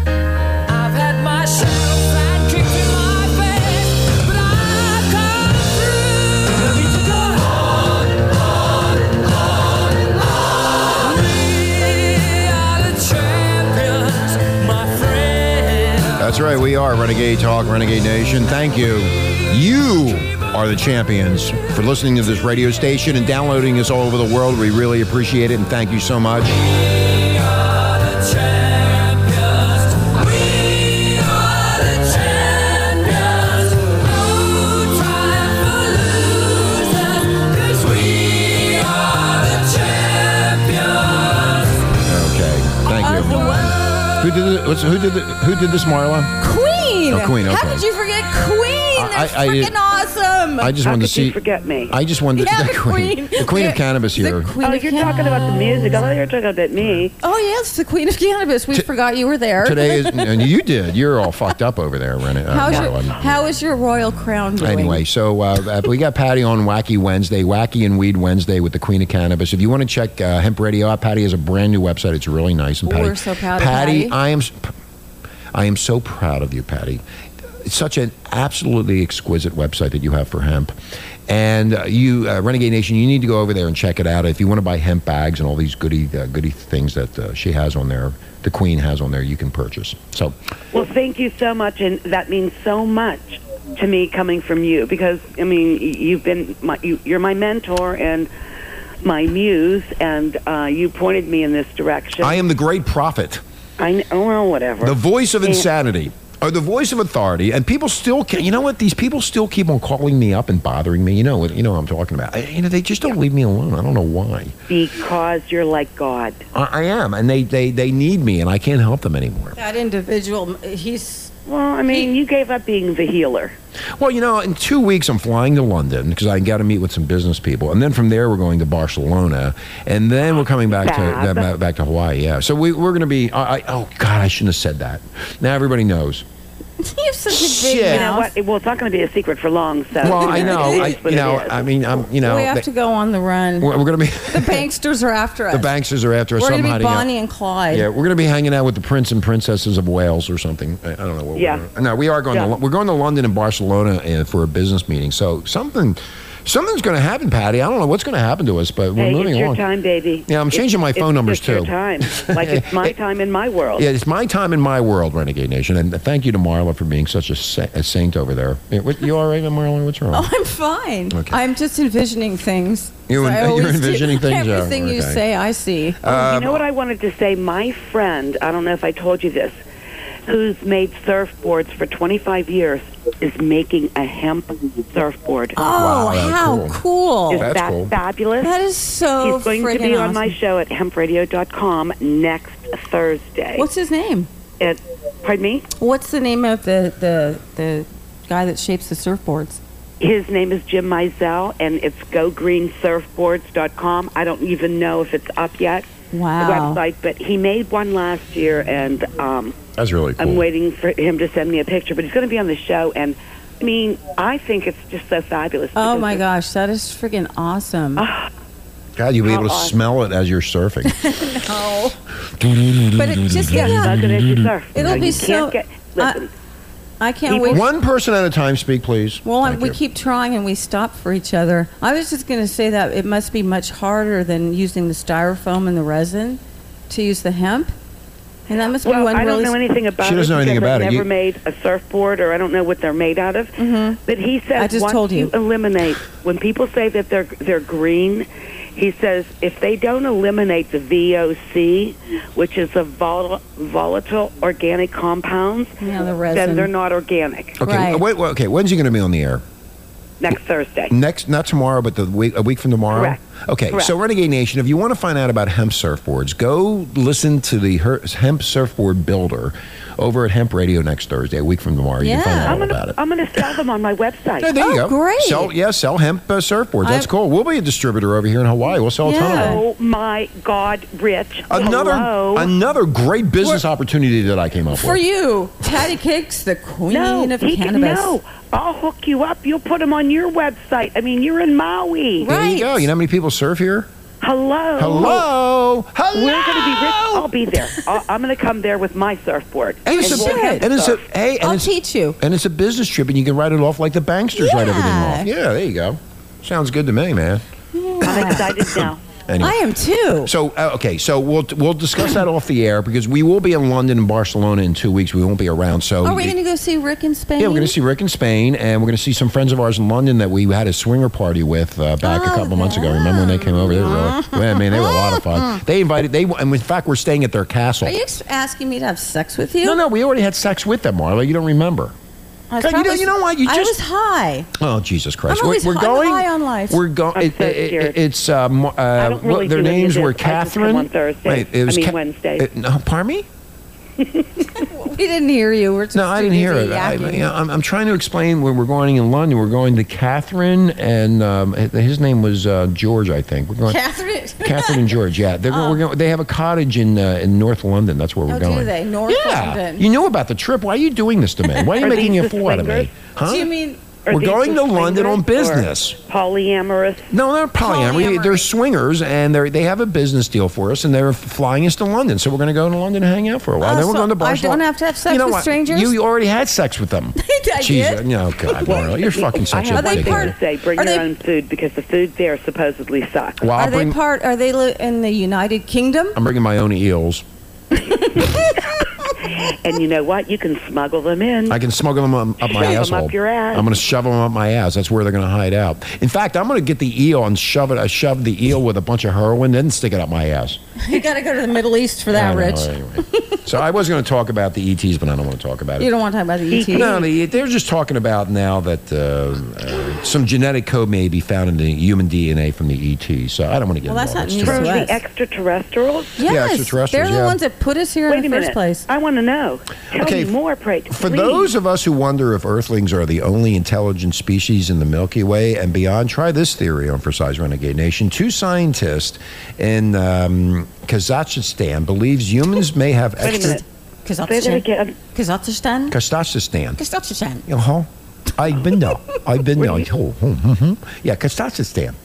Speaker 7: I've had my shells and kicked in my face but I've come through I need to go
Speaker 3: That's right. We are Renegade Talk, Renegade Nation. Thank you. You are the champions for listening to this radio station and downloading us all over the world. We really appreciate it and thank you so much. Okay. Thank you.
Speaker 4: Of the world.
Speaker 3: Who did it? What's, who did it? Who did this, Marla?
Speaker 4: Queen.
Speaker 3: Oh, Queen,
Speaker 4: How
Speaker 3: okay.
Speaker 4: could you forget Queen?
Speaker 3: I-
Speaker 4: They're
Speaker 3: I- I did-
Speaker 4: freaking awesome.
Speaker 3: I just
Speaker 5: How
Speaker 3: wanted to
Speaker 5: could you
Speaker 3: see.
Speaker 5: forget me?
Speaker 3: I just wanted
Speaker 4: yeah,
Speaker 3: to,
Speaker 4: the Queen.
Speaker 3: the queen of
Speaker 4: Yeah,
Speaker 3: cannabis
Speaker 4: the
Speaker 3: here.
Speaker 4: Queen
Speaker 5: Oh,
Speaker 4: of
Speaker 5: you're talking about the music. I thought you were talking about me.
Speaker 4: Oh yes, the Queen of Cannabis. We forgot you were there.
Speaker 3: Today is, and you did. You're all fucked up over there, Renee. uh,
Speaker 4: How's your,
Speaker 3: Marla.
Speaker 4: how is your royal crown doing?
Speaker 3: Anyway, so uh, uh, we got Patty on Wacky Wednesday, Wacky and Weed Wednesday with the Queen of Cannabis. If you want to check uh, Hemp Radio out, Patty has a brand new website. It's really nice. And
Speaker 4: Ooh,
Speaker 3: Patty,
Speaker 4: we're so proud of Patty.
Speaker 3: I am, s- I am so proud of you, Patty. It's such an absolutely exquisite website that you have for hemp. And uh, you, uh, Renegade Nation, you need to go over there and check it out. If you want to buy hemp bags and all these goody uh, goody things that uh, she has on there, the Queen has on there, you can purchase. So
Speaker 5: Well, thank you so much, and that means so much. to me coming from you because I mean y- you've been my, you, you're my mentor and my muse, and uh, you pointed me in this direction.
Speaker 3: I am the great prophet,
Speaker 5: I kn- oh, well, whatever.
Speaker 3: the voice of
Speaker 5: Yeah.
Speaker 3: insanity, or the voice of authority, and people still can. You know what? These people still keep on calling me up and bothering me. You know what? You know what I'm talking about. I, you know they just don't leave me alone. I don't know why.
Speaker 5: because you're like God.
Speaker 3: I, I am, and they, they they need me, and I can't help them anymore.
Speaker 4: That individual, he's
Speaker 5: Well, I mean, you gave up being the healer.
Speaker 3: Well, you know, in two weeks I'm flying to London because I got to meet with some business people, and then from there we're going to Barcelona, and then we're coming back to
Speaker 5: Fab.
Speaker 3: back, back to Hawaii. Yeah, so we, we're going to be. I, I, oh God, I shouldn't have said that. Now everybody knows.
Speaker 4: you have such a big
Speaker 3: Shit.
Speaker 5: You know
Speaker 4: mouth.
Speaker 5: what? It- Well, it's not going to be a secret for long. So
Speaker 3: Well,
Speaker 5: you
Speaker 3: I know.
Speaker 5: it
Speaker 3: I,
Speaker 5: is what
Speaker 3: you
Speaker 5: it
Speaker 3: know.
Speaker 5: is.
Speaker 3: I mean, I'm. You know,
Speaker 4: we have
Speaker 3: they-
Speaker 4: to go on the run.
Speaker 3: we're, we're going to be.
Speaker 4: the banksters are after us.
Speaker 3: the banksters are after us.
Speaker 4: We're
Speaker 3: I'm
Speaker 4: going to be
Speaker 3: hiding out.
Speaker 4: Bonnie and Clyde.
Speaker 3: Yeah, we're going to be hanging out with the prince and princesses of Wales or something. I I don't know. What
Speaker 5: Yeah.
Speaker 3: We're doing. no, we are going. To,
Speaker 5: Yeah.
Speaker 3: Lo- we're going to London and Barcelona uh, for a business meeting. So something, something's going to happen, Patty. I don't know what's going to happen to us, but we're
Speaker 5: Hey,
Speaker 3: moving
Speaker 5: it's your
Speaker 3: along.
Speaker 5: time, baby.
Speaker 3: Yeah, I'm
Speaker 5: It's-
Speaker 3: changing my
Speaker 5: it's
Speaker 3: phone numbers,
Speaker 5: just your
Speaker 3: too.
Speaker 5: time, like it's my time in my world.
Speaker 3: Yeah, it's my time in my world, Renegade Nation. And thank you to Marla for being such a, sa- a saint over there. Yeah, what- you all right, Marla? What's wrong?
Speaker 4: Oh, I'm fine.
Speaker 3: Okay.
Speaker 4: I'm just envisioning things.
Speaker 3: You
Speaker 4: So I
Speaker 3: en- you're
Speaker 4: always do.
Speaker 3: envisioning things, yeah,
Speaker 4: Everything you
Speaker 3: okay.
Speaker 4: say, I see.
Speaker 5: Oh,
Speaker 3: um,
Speaker 5: you know what I wanted to say? My friend, I don't know if I told you this, who's made surfboards for 25 years, is making a hemp surfboard.
Speaker 4: oh,
Speaker 3: wow,
Speaker 4: how
Speaker 3: cool.
Speaker 4: cool.
Speaker 5: is
Speaker 3: that's
Speaker 5: that
Speaker 3: cool.
Speaker 5: fabulous?
Speaker 4: That is so
Speaker 5: He's going to
Speaker 4: friggin'
Speaker 5: be on my
Speaker 4: awesome.
Speaker 5: show at hempradio.com next Thursday.
Speaker 4: What's his name?
Speaker 5: It, pardon me?
Speaker 4: What's the name of the the the guy that shapes the surfboards?
Speaker 5: His name is Jim Mizell, and it's gogreensurfboards.com. I don't even know if it's up yet,
Speaker 4: Wow.
Speaker 5: the website, but he made one last year, and um,
Speaker 3: That's really cool.
Speaker 5: I'm waiting for him to send me a picture, but he's going to be on the show. And I mean, I think it's just so fabulous.
Speaker 4: Oh
Speaker 5: because
Speaker 4: my
Speaker 5: it- Ah.
Speaker 4: gosh, that is friggin' awesome.
Speaker 3: God, you'll be able to
Speaker 5: How awesome.
Speaker 3: smell it as you're surfing.
Speaker 4: Oh. But it just
Speaker 5: Yeah,
Speaker 4: yeah,
Speaker 5: bug it as you surf.
Speaker 4: It'll
Speaker 5: No,
Speaker 4: be
Speaker 5: you
Speaker 4: so-
Speaker 5: Can't get,
Speaker 4: I-
Speaker 5: listen,
Speaker 4: I can't wait.
Speaker 3: One person at a time, speak, please.
Speaker 4: Well,
Speaker 3: Thank
Speaker 4: we
Speaker 3: you.
Speaker 4: keep trying and we stop for each other. I was just going to say that it must be much harder than using the styrofoam and the resin to use the hemp. And that must be
Speaker 5: well,
Speaker 4: one
Speaker 5: I don't
Speaker 4: really.
Speaker 5: know anything about
Speaker 3: She
Speaker 5: it.
Speaker 3: doesn't know anything
Speaker 5: because
Speaker 3: about it.
Speaker 5: I've
Speaker 3: You-
Speaker 5: never made a surfboard, or I don't know what they're made out of. But he says,
Speaker 4: Mm-hmm. I just
Speaker 5: once
Speaker 4: told you.
Speaker 5: eliminate when people say that they're they're green. He says if they don't eliminate the VOC, which is the vol- volatile organic compounds,
Speaker 4: yeah, the
Speaker 5: then they're
Speaker 4: resin.
Speaker 5: not organic.
Speaker 3: Okay,
Speaker 4: Right.
Speaker 3: wait, wait, okay. When's he going to be on the air?
Speaker 5: Next Thursday.
Speaker 3: Next, not tomorrow, but the week, a week from tomorrow.
Speaker 5: Correct.
Speaker 3: Okay,
Speaker 5: Correct.
Speaker 3: so Renegade Nation, if you want to find out about hemp surfboards, go listen to the her- hemp surfboard builder over at Hemp Radio next Thursday, a week from tomorrow. You can find
Speaker 4: Yeah.
Speaker 3: out
Speaker 5: I'm
Speaker 3: all
Speaker 5: gonna
Speaker 3: about it.
Speaker 5: I'm gonna sell them on my website.
Speaker 3: Yeah, there you
Speaker 4: Oh,
Speaker 3: go.
Speaker 4: great.
Speaker 3: Sell, yeah, sell hemp uh, surfboards. That's
Speaker 4: I-
Speaker 3: cool. We'll be a distributor over here in Hawaii. We'll sell a ton of them.
Speaker 5: Oh my God, Rich!
Speaker 3: Another
Speaker 5: Oh, Hello?
Speaker 3: another great business opportunity that I came up
Speaker 4: For
Speaker 3: with.
Speaker 4: you, Patty Cakes, the queen
Speaker 5: no,
Speaker 4: of
Speaker 5: he can,
Speaker 4: cannabis.
Speaker 5: no. I'll hook you up. You'll put them on your website. I mean, you're in Maui.
Speaker 3: There you
Speaker 4: Right.
Speaker 3: go. You know how many people surf here?
Speaker 5: Hello.
Speaker 3: Hello. Hello.
Speaker 5: We're going to be rich. I'll be there. i I'm going to come there with my surfboard.
Speaker 3: And it's,
Speaker 4: You
Speaker 3: a,
Speaker 4: should.
Speaker 3: and it's a hey, and
Speaker 4: I'll
Speaker 3: it's,
Speaker 4: teach you.
Speaker 3: and it's a business trip, and you can write it off like the banksters write everything
Speaker 4: Yeah.
Speaker 3: off. Yeah, there you go. Sounds good to me, man.
Speaker 4: Oh,
Speaker 5: I'm excited now.
Speaker 3: Anyway.
Speaker 4: I am too.
Speaker 3: So uh, okay, so we'll we'll discuss that off the air because we will be in London and Barcelona in two weeks. We won't be around. So
Speaker 4: Are we going to go see Rick in Spain?
Speaker 3: yeah, we're going to see Rick in Spain, and we're going to see some friends of ours in London that we had a swinger party with uh, back a
Speaker 4: Oh,
Speaker 3: couple months ago. Remember when they came over? They were really, well, I mean, they were a lot of fun. They invited they, and in fact, we're staying at their castle.
Speaker 4: Are you ex- asking me to have sex with you?
Speaker 3: no, no, we already had sex with them, Marla. You don't remember?
Speaker 4: I was
Speaker 3: God, you
Speaker 4: probably-
Speaker 3: know- you know what? You
Speaker 4: I
Speaker 3: just-
Speaker 4: was high.
Speaker 3: Oh Jesus Christ!
Speaker 4: I'm always high- I'm high on life.
Speaker 3: We're going.
Speaker 5: I'm so scared.
Speaker 3: it's um, uh,
Speaker 5: I don't really
Speaker 3: what- their
Speaker 5: do any of
Speaker 3: names
Speaker 5: this.
Speaker 3: were
Speaker 5: I just come
Speaker 3: Catherine.
Speaker 5: on Thursday.
Speaker 3: Wait, it was
Speaker 5: I mean,
Speaker 3: Ca-
Speaker 5: Wednesday.
Speaker 3: uh, no, pardon me.
Speaker 4: We didn't hear you. We're just
Speaker 3: No, I
Speaker 4: too
Speaker 3: didn't hear
Speaker 4: busy
Speaker 3: it. I,
Speaker 4: yakking.
Speaker 3: you know, I'm, I'm trying to explain where we're going in London. We're going to Catherine and um, his name was uh, George, I think. We're going.
Speaker 4: Catherine.
Speaker 3: Catherine and George, yeah, they're, we're going, they have a cottage in uh, in North London. That's where we're
Speaker 4: Oh,
Speaker 3: going.
Speaker 4: do they? North
Speaker 3: yeah,
Speaker 4: London.
Speaker 3: you knew about the trip. Why are you doing this to me? Why are you
Speaker 5: Are
Speaker 3: making
Speaker 5: these
Speaker 3: a
Speaker 5: the
Speaker 3: fool out of me?
Speaker 5: swingers?
Speaker 3: Huh?
Speaker 4: Do you mean
Speaker 3: we're
Speaker 5: Are these
Speaker 3: going
Speaker 5: the
Speaker 3: to London on
Speaker 5: swingers or
Speaker 3: business.
Speaker 5: Polyamorous.
Speaker 3: No, they're polyamory.
Speaker 4: Polyamory.
Speaker 3: They're swingers, and they they have a business deal for us, and they're flying us to London. So we're going to go to London and hang out for a while.
Speaker 4: Oh,
Speaker 3: then we're
Speaker 4: so
Speaker 3: going to
Speaker 4: I
Speaker 3: Barcelona.
Speaker 4: don't have to have sex
Speaker 3: you know
Speaker 4: with
Speaker 3: what?
Speaker 4: strangers?
Speaker 3: You, you already had sex with them.
Speaker 4: I
Speaker 3: Jesus,
Speaker 4: did.
Speaker 3: no, God, Marla, you're fucking such
Speaker 5: I
Speaker 3: a
Speaker 5: have
Speaker 3: dickhead.
Speaker 5: one
Speaker 4: they
Speaker 5: thing
Speaker 4: part-
Speaker 5: to say. Bring
Speaker 4: are
Speaker 5: your
Speaker 4: they-
Speaker 5: own food because the food there supposedly sucks.
Speaker 3: Well, I'll
Speaker 4: are
Speaker 3: bring,
Speaker 4: they part? Are they li- in the United Kingdom?
Speaker 3: I'm bringing my own eels.
Speaker 5: And you know what? You can smuggle them in.
Speaker 3: I can smuggle them up, up my
Speaker 5: Shove 'em
Speaker 3: asshole.
Speaker 5: up your ass.
Speaker 3: I'm going to shove them up my ass. That's where they're going to hide out. In fact, I'm going to get the eel and shove it. I shove the eel with a bunch of heroin, then stick it up my ass.
Speaker 4: You got to go to the Middle East for
Speaker 3: I
Speaker 4: that,
Speaker 3: know,
Speaker 4: Rich.
Speaker 3: anyway. so I was going to talk about the ETs, but I don't want to talk about it.
Speaker 4: You don't want to talk about the E ET.
Speaker 3: No, they, they're just talking about now that uh, uh, some genetic code may be found in the human DNA from the ET. So I don't want to get
Speaker 4: Well, that's
Speaker 3: involved.
Speaker 4: not news
Speaker 3: It's
Speaker 5: From
Speaker 4: to
Speaker 5: the
Speaker 4: us.
Speaker 5: extraterrestrials?
Speaker 4: Yes,
Speaker 3: extraterrestrials,
Speaker 4: they're the
Speaker 3: yeah.
Speaker 4: ones that put us here
Speaker 5: Wait
Speaker 4: in
Speaker 5: a
Speaker 4: the
Speaker 5: minute.
Speaker 4: first place.
Speaker 5: I want to know. Tell
Speaker 3: Okay,
Speaker 5: me more, pray.
Speaker 3: For
Speaker 5: please.
Speaker 3: those of us who wonder if Earthlings are the only intelligent species in the Milky Way and beyond, try this theory on For Size Renegade Nation. Two scientists in um, Kazakhstan believes humans may have
Speaker 5: Wait a
Speaker 3: extra
Speaker 5: minute. Say that again.
Speaker 4: Kazakhstan.
Speaker 3: Kazakhstan.
Speaker 4: Kazakhstan.
Speaker 3: Uh-huh. I've been there. I've been there. Oh, hmm, hmm, hmm. Yeah, Kazakhstan.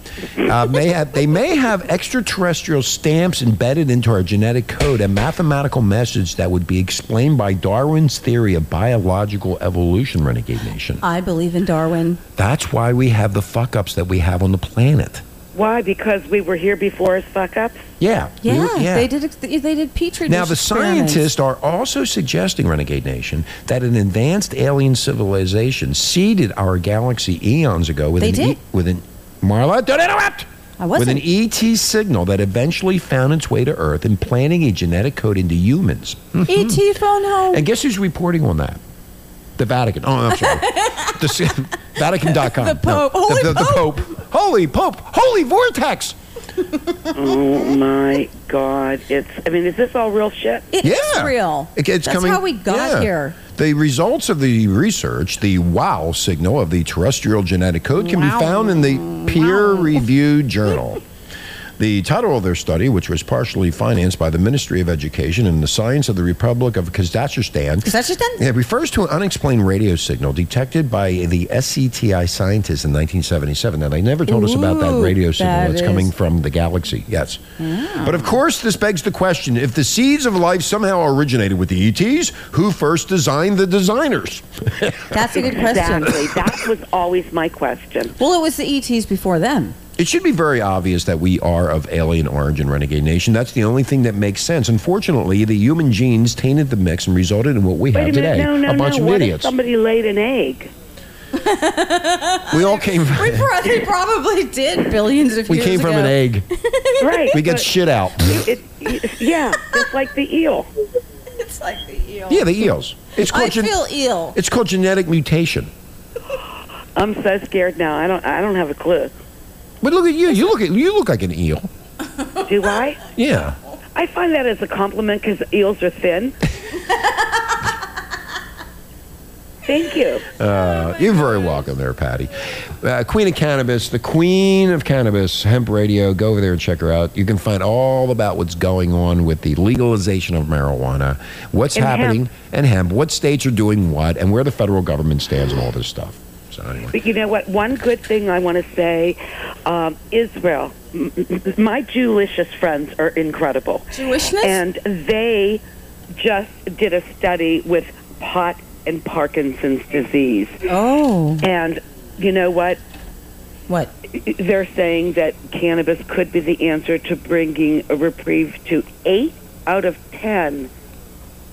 Speaker 3: Uh, may have, they may have extraterrestrial stamps embedded into our genetic code, a mathematical message that would be explained by Darwin's theory of biological evolution, Renegade Nation.
Speaker 4: I believe in Darwin.
Speaker 3: That's why we have the fuck ups that we have on the planet.
Speaker 5: Why? Because we were here before us fuck ups?
Speaker 3: Yeah. we
Speaker 4: Yeah,
Speaker 3: were-
Speaker 4: they did. ex- They did petri.
Speaker 3: Now,
Speaker 4: dish
Speaker 3: the
Speaker 4: experiments.
Speaker 3: scientists are also suggesting, Renegade Nation, that an advanced alien civilization seeded our galaxy eons ago with
Speaker 4: They
Speaker 3: an. E
Speaker 4: did.
Speaker 3: with an Marla, don't interrupt!
Speaker 4: I wasn't.
Speaker 3: With an ET signal that eventually found its way to Earth, implanting a genetic code into humans.
Speaker 4: ET E phone home.
Speaker 3: E And guess who's reporting on that? The Vatican. Oh, I'm sorry. the, s- Vatican.com.
Speaker 4: The Pope.
Speaker 3: No,
Speaker 4: Holy
Speaker 3: the, the, the Pope. Holy Pope. Holy Vortex.
Speaker 5: Oh my God! It's. I mean, is this all real shit?
Speaker 4: It's
Speaker 3: Yeah.
Speaker 4: real.
Speaker 3: It- it's
Speaker 4: That's
Speaker 3: coming-
Speaker 4: how we got
Speaker 3: yeah.
Speaker 4: here.
Speaker 3: The results of the research, the WOW signal of the terrestrial genetic code, can
Speaker 4: Wow.
Speaker 3: be found in the peer reviewed journal. The title of their study, which was partially financed by the Ministry of Education and the Science of the Republic of Kazakhstan,
Speaker 4: Kazakhstan.
Speaker 3: it refers to an unexplained radio signal detected by the SCTI scientists in 1977. Now, they never told us about that
Speaker 4: Ooh,
Speaker 3: radio signal
Speaker 4: that
Speaker 3: that's coming
Speaker 4: is-
Speaker 3: from the galaxy. Yes.
Speaker 5: Ah.
Speaker 3: But of course, this begs the question if the seeds of life somehow originated with the ETs, who first designed the designers?
Speaker 4: That's a good question.
Speaker 5: Exactly. that was always my question.
Speaker 4: Well, it was the ETs before them.
Speaker 3: It should be very obvious that we are of alien origin, Renegade Nation. That's the only thing that makes sense. Unfortunately, the human genes tainted the mix and resulted in what we
Speaker 5: Wait
Speaker 3: have
Speaker 5: a minute.
Speaker 3: today
Speaker 5: No, no,
Speaker 3: a bunch
Speaker 5: no.
Speaker 3: of
Speaker 5: what if
Speaker 3: idiots.
Speaker 5: somebody laid an egg?
Speaker 3: we all came from.
Speaker 4: We pro- they probably did billions of
Speaker 3: We
Speaker 4: years
Speaker 3: came from
Speaker 4: ago.
Speaker 3: an egg.
Speaker 5: Right.
Speaker 3: We got
Speaker 5: but
Speaker 3: shit out.
Speaker 5: it, it- yeah, just like the eel.
Speaker 4: It's like the eel.
Speaker 3: Yeah, the eels. It's
Speaker 4: I
Speaker 3: called gen-
Speaker 4: feel eel.
Speaker 3: it's called genetic mutation.
Speaker 5: I'm so scared now. I don't. I don't have a clue.
Speaker 3: But look at you. You look at you look like an eel.
Speaker 5: Do I?
Speaker 3: Yeah.
Speaker 5: I find that as a compliment because eels are thin. Thank you.
Speaker 3: Uh, you're very welcome there, Patty. Uh, queen of Cannabis, the Queen of Cannabis, Hemp Radio. Go over there and check her out. You can find all about what's going on with the legalization of marijuana, what's
Speaker 5: And hemp.
Speaker 3: happening, and hemp, what states are doing what, and where the federal government stands on all this stuff. So anyway,
Speaker 5: But you know what? One good thing I want to say, um, Israel. m- m- My Jewishest friends are incredible.
Speaker 4: Jewishness.
Speaker 5: and they just did a study with pot and Parkinson's disease.
Speaker 4: oh,
Speaker 5: And you know what?
Speaker 4: what?
Speaker 5: They're saying that cannabis could be the answer to bringing a reprieve to eight out of ten,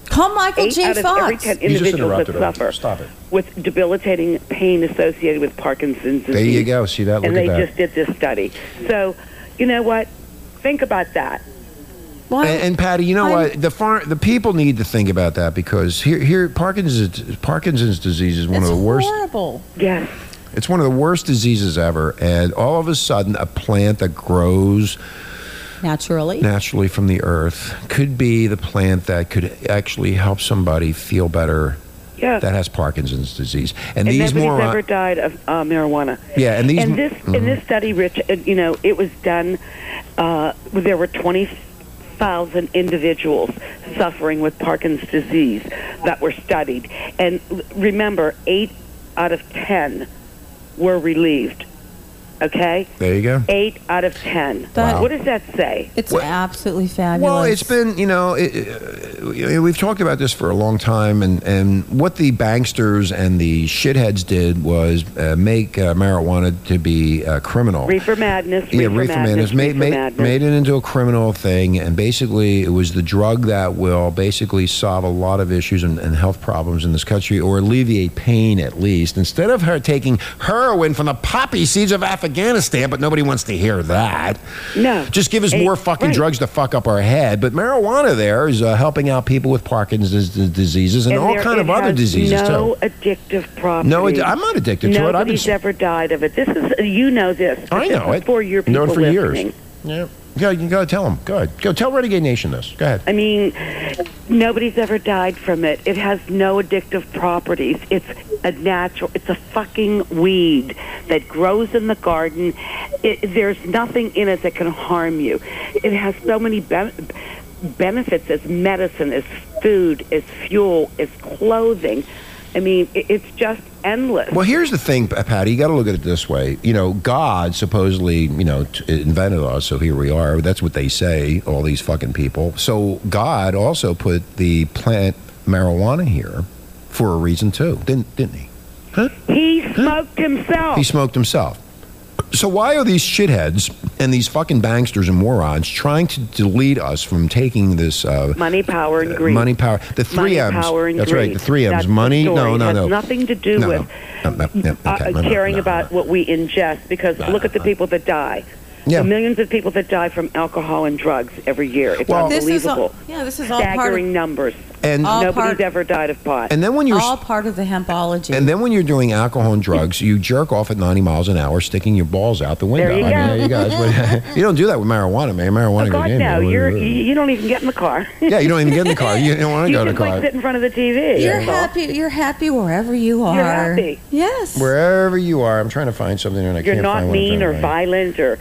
Speaker 4: Call Michael
Speaker 5: eight
Speaker 4: J.
Speaker 5: out of every
Speaker 4: Oh, Fox.
Speaker 5: ten individuals that suffer
Speaker 3: Stop it.
Speaker 5: with debilitating pain associated with Parkinson's disease.
Speaker 3: There you go. See that? Look
Speaker 5: And
Speaker 3: at
Speaker 5: they
Speaker 3: that.
Speaker 5: just did this study. So, you know what? Think about that.
Speaker 4: Why?
Speaker 5: Oh,
Speaker 3: And, and Patty, you know
Speaker 4: I'm-
Speaker 3: what? The far, the people need to think about that because here, here Parkinson's Parkinson's disease is one
Speaker 4: it's
Speaker 3: of the worst.
Speaker 4: horrible.
Speaker 5: Yes.
Speaker 3: It's one of the worst diseases ever. And all of a sudden, a plant that grows
Speaker 4: Naturally.
Speaker 3: naturally from the earth could be the plant that could actually help somebody feel better
Speaker 5: Yeah.
Speaker 3: that has Parkinson's disease. And,
Speaker 5: and
Speaker 3: these
Speaker 5: nobody's
Speaker 3: morons,
Speaker 5: ever died of uh, marijuana.
Speaker 3: yeah, and these Mm-hmm.
Speaker 5: And this in this study, Rich, uh, you know, it was done. Uh, there were twenty thousand individuals suffering with Parkinson's disease that were studied, and l- remember, eight out of ten were relieved Okay,
Speaker 3: There you go.
Speaker 5: eight out of ten.
Speaker 4: That-
Speaker 5: What does that say?
Speaker 4: It's
Speaker 3: What-
Speaker 4: absolutely fabulous.
Speaker 3: Well, it's been you know it, it, we've talked about this for a long time, and and what the banksters and the shitheads did was uh, make uh, marijuana to be uh, criminal.
Speaker 5: Reefer madness.
Speaker 3: yeah,
Speaker 5: reefer madness.
Speaker 3: made,
Speaker 5: reefer
Speaker 3: made,
Speaker 5: madness.
Speaker 3: made it into a criminal thing, and basically it was the drug that will basically solve a lot of issues and, and health problems in this country, or alleviate pain at least. Instead of her taking heroin from the poppy seeds of Afghanistan, but nobody wants to hear that.
Speaker 5: No.
Speaker 3: Just give us
Speaker 5: Hey,
Speaker 3: more fucking
Speaker 5: right.
Speaker 3: drugs to fuck up our head. But marijuana there is uh, helping out people with Parkinson's d- diseases and, all
Speaker 5: there-
Speaker 3: kind
Speaker 5: it
Speaker 3: of other
Speaker 5: has
Speaker 3: diseases
Speaker 5: no
Speaker 3: too.
Speaker 5: addictive properties.
Speaker 3: No, it- I'm not addicted to it. I've been
Speaker 5: Nobody's ever died of it. This is you know this.
Speaker 3: I
Speaker 5: This
Speaker 3: know
Speaker 5: is
Speaker 3: it.
Speaker 5: For your people
Speaker 3: Known for years.
Speaker 5: listening.
Speaker 3: Yeah. Go, you gotta tell them. Go ahead. Go tell Renegade Nation this. Go ahead.
Speaker 5: I mean, nobody's ever died from it. It has no addictive properties. It's a natural. It's a fucking weed that grows in the garden. It, there's nothing in it that can harm you. It has so many ben- benefits as medicine, as food, as fuel, as clothing. I mean, it, it's just endless.
Speaker 3: Well, here's the thing, P- Patty. You got to look at it this way. You know, God supposedly, you know, t- invented us, so here we are. That's what they say. All these fucking people. So God also put the plant marijuana here for a reason too, didn't didn't he?
Speaker 5: He smoked himself.
Speaker 3: He smoked himself. So why are these shitheads and these fucking banksters and morons trying to delete us from taking this uh,
Speaker 5: money, power, and greed.
Speaker 3: money power? The
Speaker 5: Money,
Speaker 3: three M's.
Speaker 5: power, and
Speaker 3: That's
Speaker 5: greed.
Speaker 3: right. The three M's.
Speaker 5: That's the
Speaker 3: money.
Speaker 5: story.
Speaker 3: no,
Speaker 5: It
Speaker 3: no,
Speaker 5: has
Speaker 3: no.
Speaker 5: nothing to do
Speaker 3: No, no.
Speaker 5: with
Speaker 3: No, no, no, okay, no,
Speaker 5: uh,
Speaker 3: no,
Speaker 5: caring
Speaker 3: no,
Speaker 5: about
Speaker 3: no.
Speaker 5: what we ingest because look at the people that die.
Speaker 3: Yeah.
Speaker 5: The millions of people that die from alcohol and drugs every year. It's
Speaker 3: Well-
Speaker 4: this is all,
Speaker 5: unbelievable.
Speaker 4: yeah, this is all part
Speaker 5: Staggering
Speaker 4: of,
Speaker 5: numbers.
Speaker 3: And
Speaker 4: All
Speaker 5: Nobody's
Speaker 4: part-
Speaker 5: ever died of pot.
Speaker 3: and then when you're
Speaker 4: all part of the hempology.
Speaker 3: And then when you're doing alcohol and drugs, you jerk off at 90 miles an hour, sticking your balls out the window.
Speaker 5: There you
Speaker 3: I mean,
Speaker 5: go.
Speaker 3: there you go. That's what- you don't do that with marijuana, man. Marijuana. goes
Speaker 5: Oh, God,
Speaker 3: in
Speaker 5: no!
Speaker 3: there.
Speaker 5: You're you, you don't even get in the car.
Speaker 3: yeah, you don't even get in the car. You don't want to
Speaker 5: you
Speaker 3: go
Speaker 5: just
Speaker 3: in the car.
Speaker 5: like sit in front of the TV.
Speaker 4: you're
Speaker 5: that's all.
Speaker 4: happy. You're happy wherever you are.
Speaker 5: You're happy.
Speaker 4: Yes.
Speaker 3: Wherever you are, I'm trying to find something and I
Speaker 5: You're
Speaker 3: can't
Speaker 5: not
Speaker 3: find what I'm
Speaker 5: mean
Speaker 3: trying
Speaker 5: or
Speaker 3: to find.
Speaker 5: violent or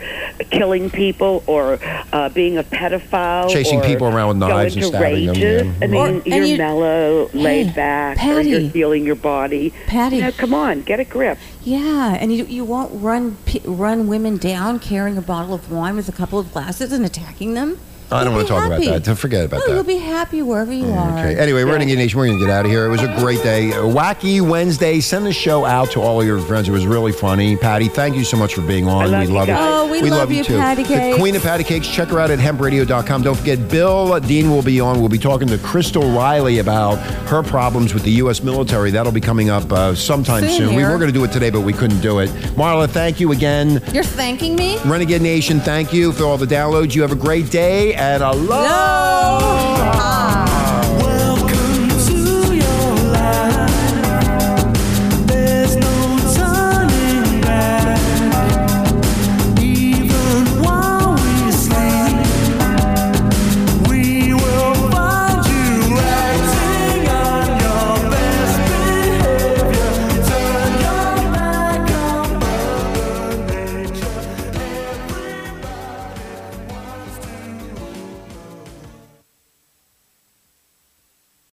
Speaker 5: killing people or uh, being a pedophile.
Speaker 3: Chasing
Speaker 5: or
Speaker 3: people around with knives and
Speaker 5: going to
Speaker 3: stabbing them,
Speaker 5: rages.
Speaker 3: yeah.
Speaker 5: I
Speaker 4: Or-
Speaker 5: mean,
Speaker 4: and
Speaker 5: you're
Speaker 4: you-
Speaker 5: mellow, laid back, or
Speaker 4: Patty.
Speaker 5: you're feeling your body.
Speaker 4: Patty.
Speaker 5: You know, come on, get a grip.
Speaker 4: Yeah, and you, you won't run pe- run women down carrying a bottle of wine with a couple of glasses and attacking them.
Speaker 3: I don't
Speaker 4: You'll
Speaker 3: want
Speaker 4: be
Speaker 3: to talk about
Speaker 4: happy.
Speaker 3: that. To Forget about
Speaker 4: no,
Speaker 3: that.
Speaker 4: you'll be happy wherever you are.
Speaker 3: Okay. Anyway, Renegade Nation, we're going to get out of here. It was a great day. A wacky Wednesday. Send the show out to all your friends. It was really funny. Patty, thank you so much for being on.
Speaker 5: I love
Speaker 3: we
Speaker 5: you
Speaker 3: love
Speaker 5: guys.
Speaker 4: Oh, we love you,
Speaker 3: too.
Speaker 4: Patty
Speaker 3: The
Speaker 4: Cakes.
Speaker 3: Queen of Patty Cakes. Check her out at hempradio.com. Don't forget, Bill Dean will be on. We'll be talking to Crystal Riley about her problems with the U.S. military. That'll be coming up uh, sometime
Speaker 4: Soon
Speaker 3: soon. We
Speaker 4: here.
Speaker 3: were going to do it today, but we couldn't do it. Marla, thank you again.
Speaker 4: You're thanking me?
Speaker 3: Renegade Nation, thank you for all the downloads. You have a great day, and aloha.
Speaker 4: No. Ah.